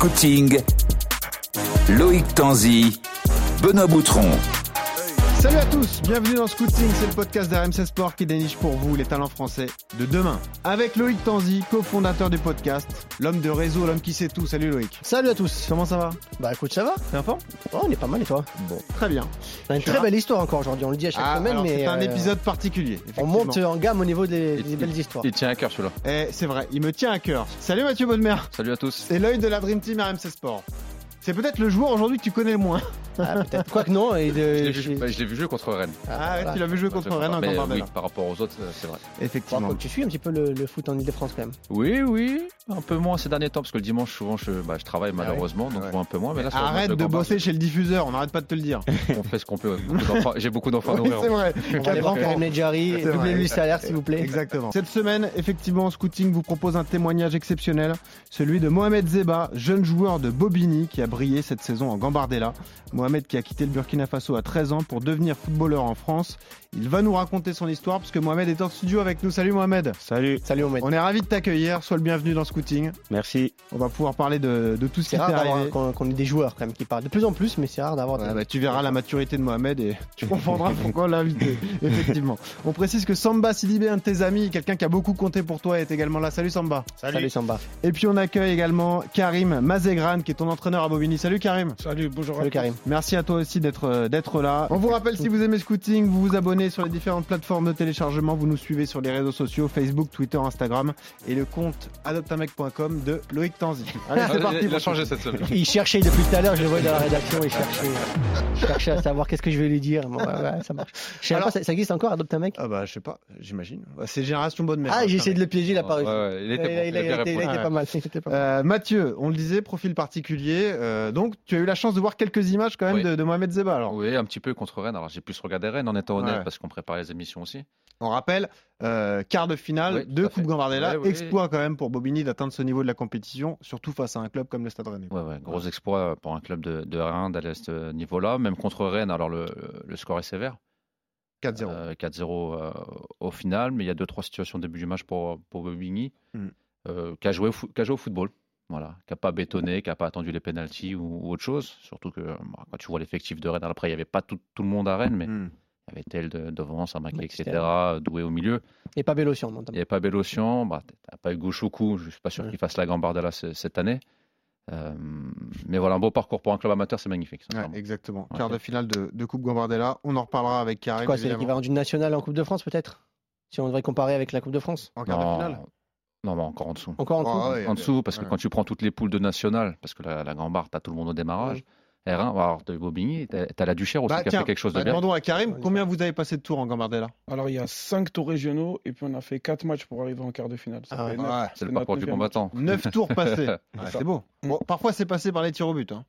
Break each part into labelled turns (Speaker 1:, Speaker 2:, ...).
Speaker 1: marketing, Loïc Tanzi, Benoît Boutron.
Speaker 2: Salut à tous, bienvenue dans Scouting, c'est le podcast d'RMC Sport qui déniche pour vous les talents français de demain. Avec Loïc Tanzi, cofondateur du podcast, l'homme de réseau, l'homme qui sait tout. Salut Loïc.
Speaker 3: Salut à tous.
Speaker 2: Comment ça va
Speaker 3: Bah écoute, ça va
Speaker 2: T'es en forme
Speaker 3: Oh, on est pas mal et toi
Speaker 2: Bon, très bien.
Speaker 3: On a une
Speaker 2: Tu
Speaker 3: très
Speaker 2: as-
Speaker 3: belle histoire encore aujourd'hui, on le dit à chaque
Speaker 2: Ah,
Speaker 3: semaine,
Speaker 2: alors,
Speaker 3: mais
Speaker 2: c'est un
Speaker 3: euh,
Speaker 2: épisode particulier.
Speaker 3: on
Speaker 2: effectivement.
Speaker 3: monte en gamme au niveau des,
Speaker 4: Et-
Speaker 3: des belles histoires.
Speaker 4: Il tient à cœur celui-là.
Speaker 2: Eh, c'est vrai, il me tient à cœur. Salut Mathieu Bonnemer,
Speaker 4: Salut à tous.
Speaker 2: c'est l'œil de la Dream Team RMC Sport. C'est peut-être le joueur aujourd'hui que tu connais le moins.
Speaker 3: Ah, peut-être. Quoique non, et
Speaker 4: Je l'ai
Speaker 3: de.
Speaker 4: vu, bah, je l'ai vu jouer contre Rennes.
Speaker 3: Ah,
Speaker 2: Ah, ouais,
Speaker 3: voilà.
Speaker 2: tu l'as vu jouer contre
Speaker 4: Je sais
Speaker 2: Rennes
Speaker 4: pas,
Speaker 2: en
Speaker 4: mais
Speaker 2: Cambardella.
Speaker 4: oui, par rapport aux autres, euh, c'est vrai.
Speaker 3: Bon,
Speaker 2: Effectivement.
Speaker 3: faut que tu suis un petit peu le, le foot en Ile-de-France quand même.
Speaker 4: Oui, oui, un peu moins ces derniers temps, parce que le dimanche, souvent, je, bah, je travaille malheureusement, donc
Speaker 2: Ah ouais.
Speaker 4: je vois un peu moins. Mais là, sur le match
Speaker 2: Arrête de
Speaker 4: Gambardella,
Speaker 2: bosser chez le diffuseur, on n'arrête pas de te le dire.
Speaker 4: On fait ce qu'on peut. Beaucoup d'enfants- J'ai beaucoup d'enfants à
Speaker 2: Oui,
Speaker 4: nourrir.
Speaker 2: c'est vrai.
Speaker 3: On va aller voir
Speaker 2: Quatre
Speaker 3: Karim Ledjari,
Speaker 2: C'est vrai.
Speaker 3: doublez lui salaire s'il vous plaît.
Speaker 2: Exactement. Cette semaine, effectivement, Scouting vous propose un témoignage exceptionnel, celui de Mohamed Zeba, jeune joueur de Bobigny qui a brillé cette saison en Gambardella. Mohamed qui a quitté le Burkina Faso à 13 ans pour devenir footballeur en France. Il va nous raconter son histoire puisque Mohamed est en studio avec nous. Salut Mohamed.
Speaker 5: Salut,
Speaker 3: Salut Omed.
Speaker 2: On est ravi de t'accueillir. Sois le bienvenu dans Scouting.
Speaker 5: merci.
Speaker 2: On va pouvoir parler de, de tout ce qui
Speaker 3: C'est
Speaker 2: t'est
Speaker 3: rare d'avoir-
Speaker 2: arrivé.
Speaker 3: qu'on qu'on ait des joueurs quand même qui parlent de plus en plus, mais c'est rare d'avoir. des-
Speaker 2: Ouais, bah, tu verras la maturité de Mohamed et tu comprendras pourquoi on l'a invité. Effectivement. On précise que Samba Sidibé, un de tes amis, quelqu'un qui a beaucoup compté pour toi, est également là. Salut Samba.
Speaker 3: Salut Samba.
Speaker 2: Et puis on accueille également Karim Mazegran, qui est ton entraîneur à Bobigny. Salut Karim.
Speaker 6: Salut, bonjour.
Speaker 3: Salut Karim.
Speaker 2: Merci à toi aussi d'être euh, d'être là. On vous rappelle si vous aimez Scouting, vous vous abonnez sur les différentes plateformes de téléchargement, vous nous suivez sur les réseaux sociaux Facebook, Twitter, Instagram et le compte adoptamec.com de Loïc Tanzi. Allez,
Speaker 4: Ah,
Speaker 2: c'est
Speaker 4: il-
Speaker 2: parti.
Speaker 4: Il a changé cette semaine.
Speaker 3: Il cherchait depuis tout à l'heure, je le voyais dans la rédaction, il cherchait, il cherchait à savoir qu'est-ce que je vais lui dire. Bon, ouais, ouais, ça marche. Je sais
Speaker 2: Alors-
Speaker 3: pas, ça, ça existe encore, adopte un mec.
Speaker 2: Ah bah je sais pas, j'imagine. Bah, C'est génération bonne mère.
Speaker 3: Ah, j'ai essayé de le piéger, il a pas
Speaker 4: Ouais,
Speaker 3: réussi.
Speaker 4: ouais, il
Speaker 3: Il
Speaker 4: était
Speaker 3: a-
Speaker 4: bon,
Speaker 3: il a- il
Speaker 4: il
Speaker 3: a
Speaker 4: a bien
Speaker 3: été- il a
Speaker 4: répondu.
Speaker 3: été pas mal. il était pas mal.
Speaker 2: Euh, Mathieu, on le disait, profil particulier. euh, donc, tu as eu la chance de voir quelques images quand même
Speaker 4: Oui.
Speaker 2: de, de Mohamed Zeba. Alors,
Speaker 4: Oui, un petit peu contre Rennes. Alors, j'ai plus regardé Rennes en étant honnête,
Speaker 2: Ouais.
Speaker 4: parce qu'on préparait les émissions aussi.
Speaker 2: on rappelle, euh, quart de finale
Speaker 4: Oui, tout
Speaker 2: de
Speaker 4: à fait.
Speaker 2: Coupe Gambardella.
Speaker 4: Ouais, oui.
Speaker 2: Exploit quand même pour Bobigny d'atteindre ce niveau de la compétition, surtout face à un club comme le Stade Rennais.
Speaker 4: Ouais, ouais, gros exploit pour un club de, de Rennes d'aller à ce niveau-là. Même contre Rennes, alors le- le score est sévère.
Speaker 2: 4-0.
Speaker 4: Euh, 4-0 euh, au final, mais il y a 2-3 situations au début du match pour, pour Bobigny,
Speaker 2: Mm.
Speaker 4: euh, qui, a joué au fo- qui a joué au football. Voilà, qui n'a pas bétonné, qui n'a pas attendu les pénalties ou, ou autre chose. Surtout que bah, quand tu vois l'effectif de Rennes, alors après, il n'y avait pas tout, tout le monde à Rennes, mais
Speaker 2: Hmm.
Speaker 4: il y avait Tel de- devant, Samaki,
Speaker 3: Ouais,
Speaker 4: etc.,
Speaker 3: c'était
Speaker 4: Doué au milieu.
Speaker 3: Et pas Bélocian,
Speaker 4: Il
Speaker 3: notamment.
Speaker 4: n'y avait pas Bélocian, bah, tu n'as pas eu Gauchoukou, je ne suis pas sûr
Speaker 3: Ouais.
Speaker 4: qu'il fasse la Gambardella ce- cette année. Euh, mais voilà, un beau parcours pour un club amateur, c'est magnifique.
Speaker 2: Ouais,
Speaker 4: sincèrement.
Speaker 2: exactement.
Speaker 4: Ouais.
Speaker 2: Quart de finale de, de Coupe Gambardella. On en reparlera avec
Speaker 3: C'est
Speaker 2: Karim.
Speaker 3: quoi, c'est
Speaker 2: évidemment.
Speaker 3: l'équivalent d'une nationale en Coupe de France, peut-être Si on devrait comparer avec la Coupe de France
Speaker 2: en quart de
Speaker 4: Non,
Speaker 2: finale.
Speaker 4: non, mais encore en dessous.
Speaker 3: Encore en
Speaker 2: Oh,
Speaker 3: dessous
Speaker 2: ah ouais,
Speaker 4: en dessous, parce que
Speaker 2: ouais.
Speaker 4: quand tu prends toutes les poules de national, parce que la, la Gambarde, t'as tout le monde au démarrage. R1, alors de Bobigny, t'as t'as la Duchère aussi
Speaker 2: Bah,
Speaker 4: qui a
Speaker 2: tiens,
Speaker 4: fait quelque chose
Speaker 2: bah,
Speaker 4: de bien.
Speaker 2: demandons à Karim
Speaker 3: Ouais,
Speaker 2: combien vous avez passé de tours en Gambardella.
Speaker 6: Alors, il y a 5 tours régionaux et puis on a fait 4 matchs pour arriver en quart de finale. Ça
Speaker 3: Ah
Speaker 6: fait
Speaker 3: ouais.
Speaker 6: neuf.
Speaker 2: Ouais.
Speaker 4: C'est le
Speaker 6: notre
Speaker 4: parcours du
Speaker 6: neuvième
Speaker 4: combattant.
Speaker 2: 9 tours passés. Ouais,
Speaker 6: C'est ça.
Speaker 2: c'est beau. Bon, parfois, c'est passé par les tirs au but. hein.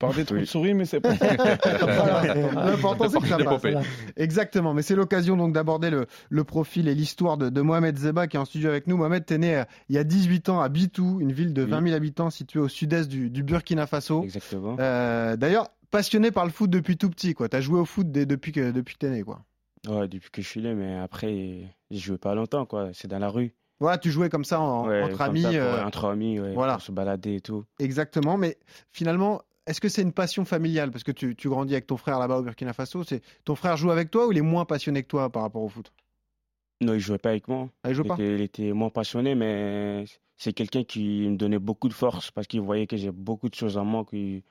Speaker 6: Par des trous de souris, mais c'est pas
Speaker 4: Ah,
Speaker 2: L'important, c'est que ça
Speaker 4: Des
Speaker 2: passe.
Speaker 4: pompées.
Speaker 2: Exactement, mais c'est l'occasion donc d'aborder le, le profil et l'histoire de, de Mohamed Zeba qui est en studio avec nous. Mohamed, t'es né euh, il y a 18 ans à Bitou, une ville de
Speaker 5: Oui.
Speaker 2: 20 000 habitants située au sud-est du, du Burkina Faso.
Speaker 5: Exactement.
Speaker 2: Euh, D'ailleurs, passionné par le foot depuis tout petit, quoi. T'as joué au foot dès- depuis que depuis que t'es né, quoi.
Speaker 5: Ouais, depuis que je suis là, mais après, j'ai joué pas longtemps, quoi. C'est dans la rue.
Speaker 2: Voilà, tu jouais comme ça en-
Speaker 5: Ouais,
Speaker 2: entre
Speaker 5: comme
Speaker 2: amis,
Speaker 5: ça, pour-
Speaker 2: euh,
Speaker 5: entre amis, ouais,
Speaker 2: voilà.
Speaker 5: pour se balader et tout.
Speaker 2: exactement. Mais finalement, est-ce que c'est une passion familiale parce que tu, tu grandis avec ton frère là-bas au Burkina Faso C'est ton frère joue avec toi ou il est moins passionné que toi par rapport au foot
Speaker 5: Non, il jouait pas avec moi.
Speaker 2: Ah, Il joue
Speaker 5: Il
Speaker 2: pas.
Speaker 5: était, il était moins passionné, mais c'est quelqu'un qui me donnait beaucoup de force parce qu'il voyait que j'ai beaucoup de choses en moi, qui-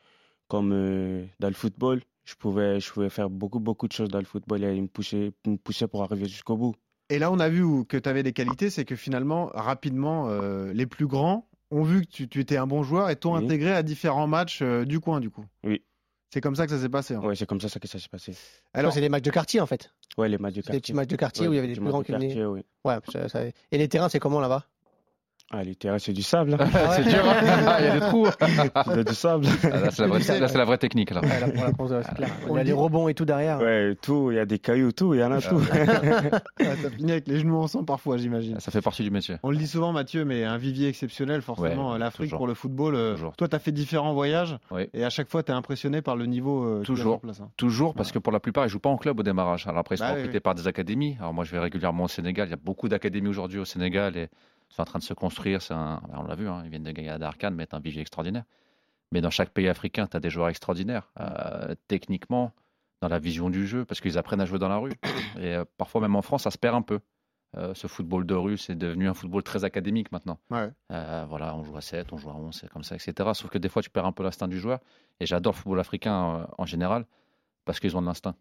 Speaker 5: comme euh, dans le football. Je pouvais, je pouvais faire beaucoup, beaucoup de choses dans le football et il me poussait, il me poussait pour arriver jusqu'au bout.
Speaker 2: Et là, on a vu où- que tu avais des qualités, c'est que finalement, rapidement, euh, les plus grands ont vu que tu, tu étais un bon joueur et t'ont
Speaker 5: Oui.
Speaker 2: intégré à différents matchs euh, du coin, du coup.
Speaker 5: Oui.
Speaker 2: C'est comme ça que ça s'est
Speaker 3: Ah.
Speaker 2: passé. hein.
Speaker 5: Ouais, c'est comme ça, ça que ça s'est passé.
Speaker 2: Alors-
Speaker 3: Alors, c'est des matchs de quartier, en fait.
Speaker 5: Ouais, les
Speaker 3: C'est
Speaker 5: matchs de
Speaker 3: des
Speaker 5: quartier.
Speaker 3: petits matchs de quartier
Speaker 5: Ouais,
Speaker 3: où il y avait des
Speaker 5: petits
Speaker 3: plus
Speaker 5: matchs
Speaker 3: grands
Speaker 5: de
Speaker 3: que les...
Speaker 5: quartier, oui.
Speaker 3: Ouais, ça- ça- Et les terrains, c'est comment là-bas
Speaker 5: Ah, les terrains, c'est du sable. hein.
Speaker 4: c'est dur, hein. Ah, il y a des trous. Ah,
Speaker 5: C'est du sable.
Speaker 4: Là, c'est la, vraie- là, c'est la vraie technique. Là.
Speaker 3: Ouais, là, pour la France, ouais, c'est
Speaker 6: Ah,
Speaker 3: clair.
Speaker 2: On
Speaker 3: On
Speaker 2: le
Speaker 3: a
Speaker 2: dit.
Speaker 3: les rebonds et tout derrière.
Speaker 5: Ouais, tout, il y a des cailloux, tout, il y en a tout.
Speaker 2: Ah, ça finit avec les genoux en sang parfois, j'imagine.
Speaker 4: Ça fait partie du métier.
Speaker 2: On le dit souvent, Mathieu, mais un vivier exceptionnel, forcément,
Speaker 4: Ouais,
Speaker 2: euh, l'Afrique
Speaker 4: toujours.
Speaker 2: pour le football. euh,
Speaker 4: Toujours.
Speaker 2: Toi, tu as fait différents voyages
Speaker 4: Oui.
Speaker 2: et à chaque fois, tu es impressionné par le niveau euh, qu'il y a
Speaker 4: Toujours.
Speaker 2: sur place. hein.
Speaker 4: Toujours, parce que pour la plupart, ils jouent pas en club au démarrage. Alors après, ils sont
Speaker 2: Bah oui,
Speaker 4: recrutés par des académies. Alors moi, je vais régulièrement au Sénégal. Il y a beaucoup d'académies aujourd'hui au Sénégal et ils sont en train de se construire. C'est un- on l'a vu, hein, ils viennent de gagner à Darkane, mais c'est un vivier extraordinaire. Mais dans chaque pays africain, tu as des joueurs extraordinaires, euh, techniquement, dans la vision du jeu, parce qu'ils apprennent à jouer dans la rue. Et euh, parfois, même en France, ça se perd un peu. Euh, ce football de rue, c'est devenu un football très académique maintenant.
Speaker 2: Ouais.
Speaker 4: Euh, voilà, on joue à 7, on joue à 11, c'est comme ça, etc. Sauf que des fois, tu perds un peu l'instinct du joueur. Et j'adore le football africain euh, en général, parce qu'ils ont de l'instinct.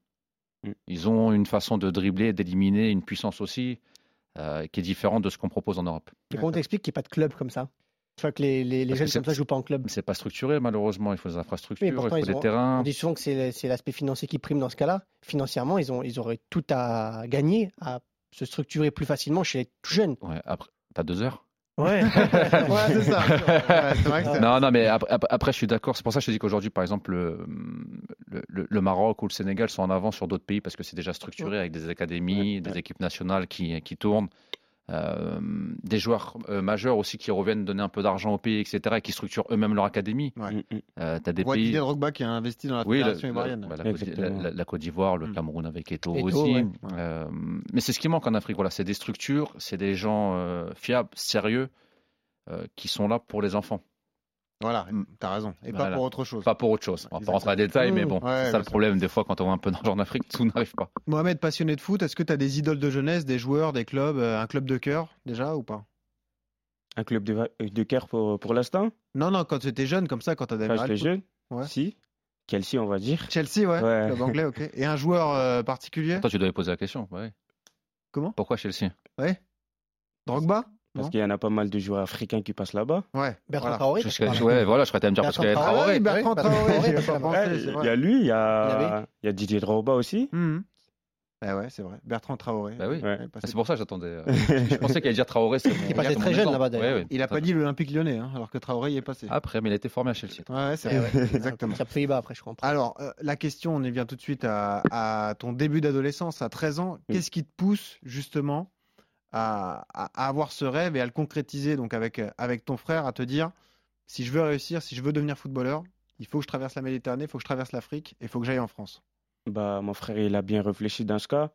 Speaker 5: Mm.
Speaker 4: Ils ont une façon de dribbler, d'éliminer, une puissance aussi, euh, qui est différente de ce qu'on propose en Europe.
Speaker 3: Mais comment t'expliques qu'il n'y a pas de club comme ça Je crois que les, les, les
Speaker 4: Parce que
Speaker 3: jeunes
Speaker 4: c'est-
Speaker 3: comme ça jouent pas en club.
Speaker 4: Mais C'est pas structuré, malheureusement. Il faut des infrastructures,
Speaker 3: Oui, pourtant,
Speaker 4: il faut
Speaker 3: ils
Speaker 4: des
Speaker 3: ont-
Speaker 4: terrains.
Speaker 3: On dit souvent que c'est le- c'est l'aspect financier qui prime dans ce cas-là. Financièrement, ils, ont, ils auraient tout à gagner à se structurer plus facilement chez les tout jeunes.
Speaker 4: Ouais, après, t'as deux heures
Speaker 3: Ouais.
Speaker 2: Ouais, c'est ça. Ouais, c'est vrai que c'est-
Speaker 4: Non, non, mais ap- ap- après, je suis d'accord. C'est pour ça que je te dis qu'aujourd'hui, par exemple, le, le- le- le Maroc ou le Sénégal sont en avance sur d'autres pays parce que c'est déjà structuré avec des académies, des équipes nationales qui, qui tournent, euh, des joueurs euh, majeurs aussi qui reviennent donner un peu d'argent au pays, etc., et qui structurent eux-mêmes leur académie.
Speaker 2: Ouais.
Speaker 5: Mm, mm.
Speaker 4: Euh, T'as des
Speaker 2: On voit
Speaker 4: pays.
Speaker 2: Didier Drogba qui a investi dans la
Speaker 4: Oui, la,
Speaker 2: fédération
Speaker 4: la-
Speaker 2: ivoirienne.
Speaker 4: bah, la Côte-
Speaker 5: Exactement.
Speaker 4: la- la- la Côte d'Ivoire, le
Speaker 2: Mm.
Speaker 4: Cameroun avec Eto,
Speaker 3: Eto'o,
Speaker 4: aussi.
Speaker 3: ouais.
Speaker 4: Euh, mais c'est ce qui manque en Afrique. Voilà, c'est des structures, c'est des gens euh, fiables, sérieux, euh, qui sont là pour les enfants.
Speaker 2: Voilà,
Speaker 4: Mm.
Speaker 2: t'as raison. Et pas
Speaker 4: Voilà.
Speaker 2: pour autre chose.
Speaker 4: Pas pour autre chose. On va pas
Speaker 2: Exactement.
Speaker 4: rentrer dans les détails, mais
Speaker 3: Mmh.
Speaker 4: bon,
Speaker 2: Ouais,
Speaker 4: c'est
Speaker 2: bien
Speaker 4: ça le
Speaker 2: sûr.
Speaker 4: problème. Des fois, quand on voit un peu d'argent en Afrique, tout n'arrive pas.
Speaker 2: Mohamed, passionné de foot, est-ce que t'as des idoles de jeunesse, des joueurs, des clubs, euh, un club de cœur déjà ou pas
Speaker 5: Un club de, va- euh, de cœur pour, pour l'instant,
Speaker 2: Non, non, quand t'étais jeune, comme ça, quand t'avais
Speaker 5: quand
Speaker 2: adhéré
Speaker 5: j'étais
Speaker 2: au foot.
Speaker 5: jeune.
Speaker 2: Ouais.
Speaker 5: Si. Chelsea, on va dire.
Speaker 2: Chelsea, ouais,
Speaker 5: Ouais.
Speaker 2: club anglais, ok. Et un joueur euh, particulier
Speaker 4: Toi, tu devais poser la question. ouais.
Speaker 2: Comment
Speaker 4: Pourquoi Chelsea
Speaker 2: Ouais. Drogba
Speaker 5: Parce
Speaker 2: Non.
Speaker 5: qu'il y en a pas mal de joueurs africains qui passent là-bas.
Speaker 2: Ouais.
Speaker 3: Bertrand
Speaker 2: voilà.
Speaker 3: Traoré.
Speaker 4: Parce
Speaker 3: t'as
Speaker 4: que-
Speaker 3: pas
Speaker 4: Ouais,
Speaker 3: parlé.
Speaker 4: voilà, je crois que t'allais me dire parce
Speaker 3: Bertrand
Speaker 4: qu'elle est
Speaker 2: Ah
Speaker 3: Traoré,
Speaker 2: oui,
Speaker 4: Traoré.
Speaker 2: Bertrand
Speaker 3: Bertrand
Speaker 2: Traoré,
Speaker 3: Traoré,
Speaker 2: j'y ai pas
Speaker 3: c'est
Speaker 5: Ouais,
Speaker 2: pensé, c'est
Speaker 5: Il
Speaker 2: vrai.
Speaker 5: y a lui, il y
Speaker 3: Il y
Speaker 5: a,
Speaker 3: avait-
Speaker 5: il y a Didier Drogba aussi.
Speaker 2: Mhm. Eh ouais, c'est vrai. Bertrand Traoré.
Speaker 4: Bah oui.
Speaker 5: Ouais.
Speaker 2: Ouais, passé-
Speaker 4: C'est pour ça que j'attendais. euh, Je pensais qu'elle allait dire Traoré. c'est mon-
Speaker 3: est passé
Speaker 4: c'est mon
Speaker 3: très jeune
Speaker 4: exemple.
Speaker 3: là-bas, d'ailleurs.
Speaker 4: Ouais, ouais.
Speaker 2: Il a pas dit l'Olympique lyonnais, hein, alors que Traoré y est
Speaker 5: Ah.
Speaker 2: passé.
Speaker 4: Après, mais il a été formé à Chelsea.
Speaker 2: Ouais, c'est
Speaker 3: Eh
Speaker 2: vrai.
Speaker 3: ouais.
Speaker 2: Exactement.
Speaker 3: Ça pays bas après, je comprends.
Speaker 2: Alors, euh, la question, on y vient tout de suite à, à ton début d'adolescence, à 13 ans.
Speaker 5: Oui.
Speaker 2: Qu'est-ce qui te pousse justement à, à- à avoir ce rêve et à le concrétiser donc avec, euh, avec ton frère, à te dire, si je veux réussir, si je veux devenir footballeur, il faut que je traverse la Méditerranée, il faut que je traverse l'Afrique et il faut que j'aille en France.
Speaker 5: Bah, mon frère, il a bien réfléchi dans ce cas.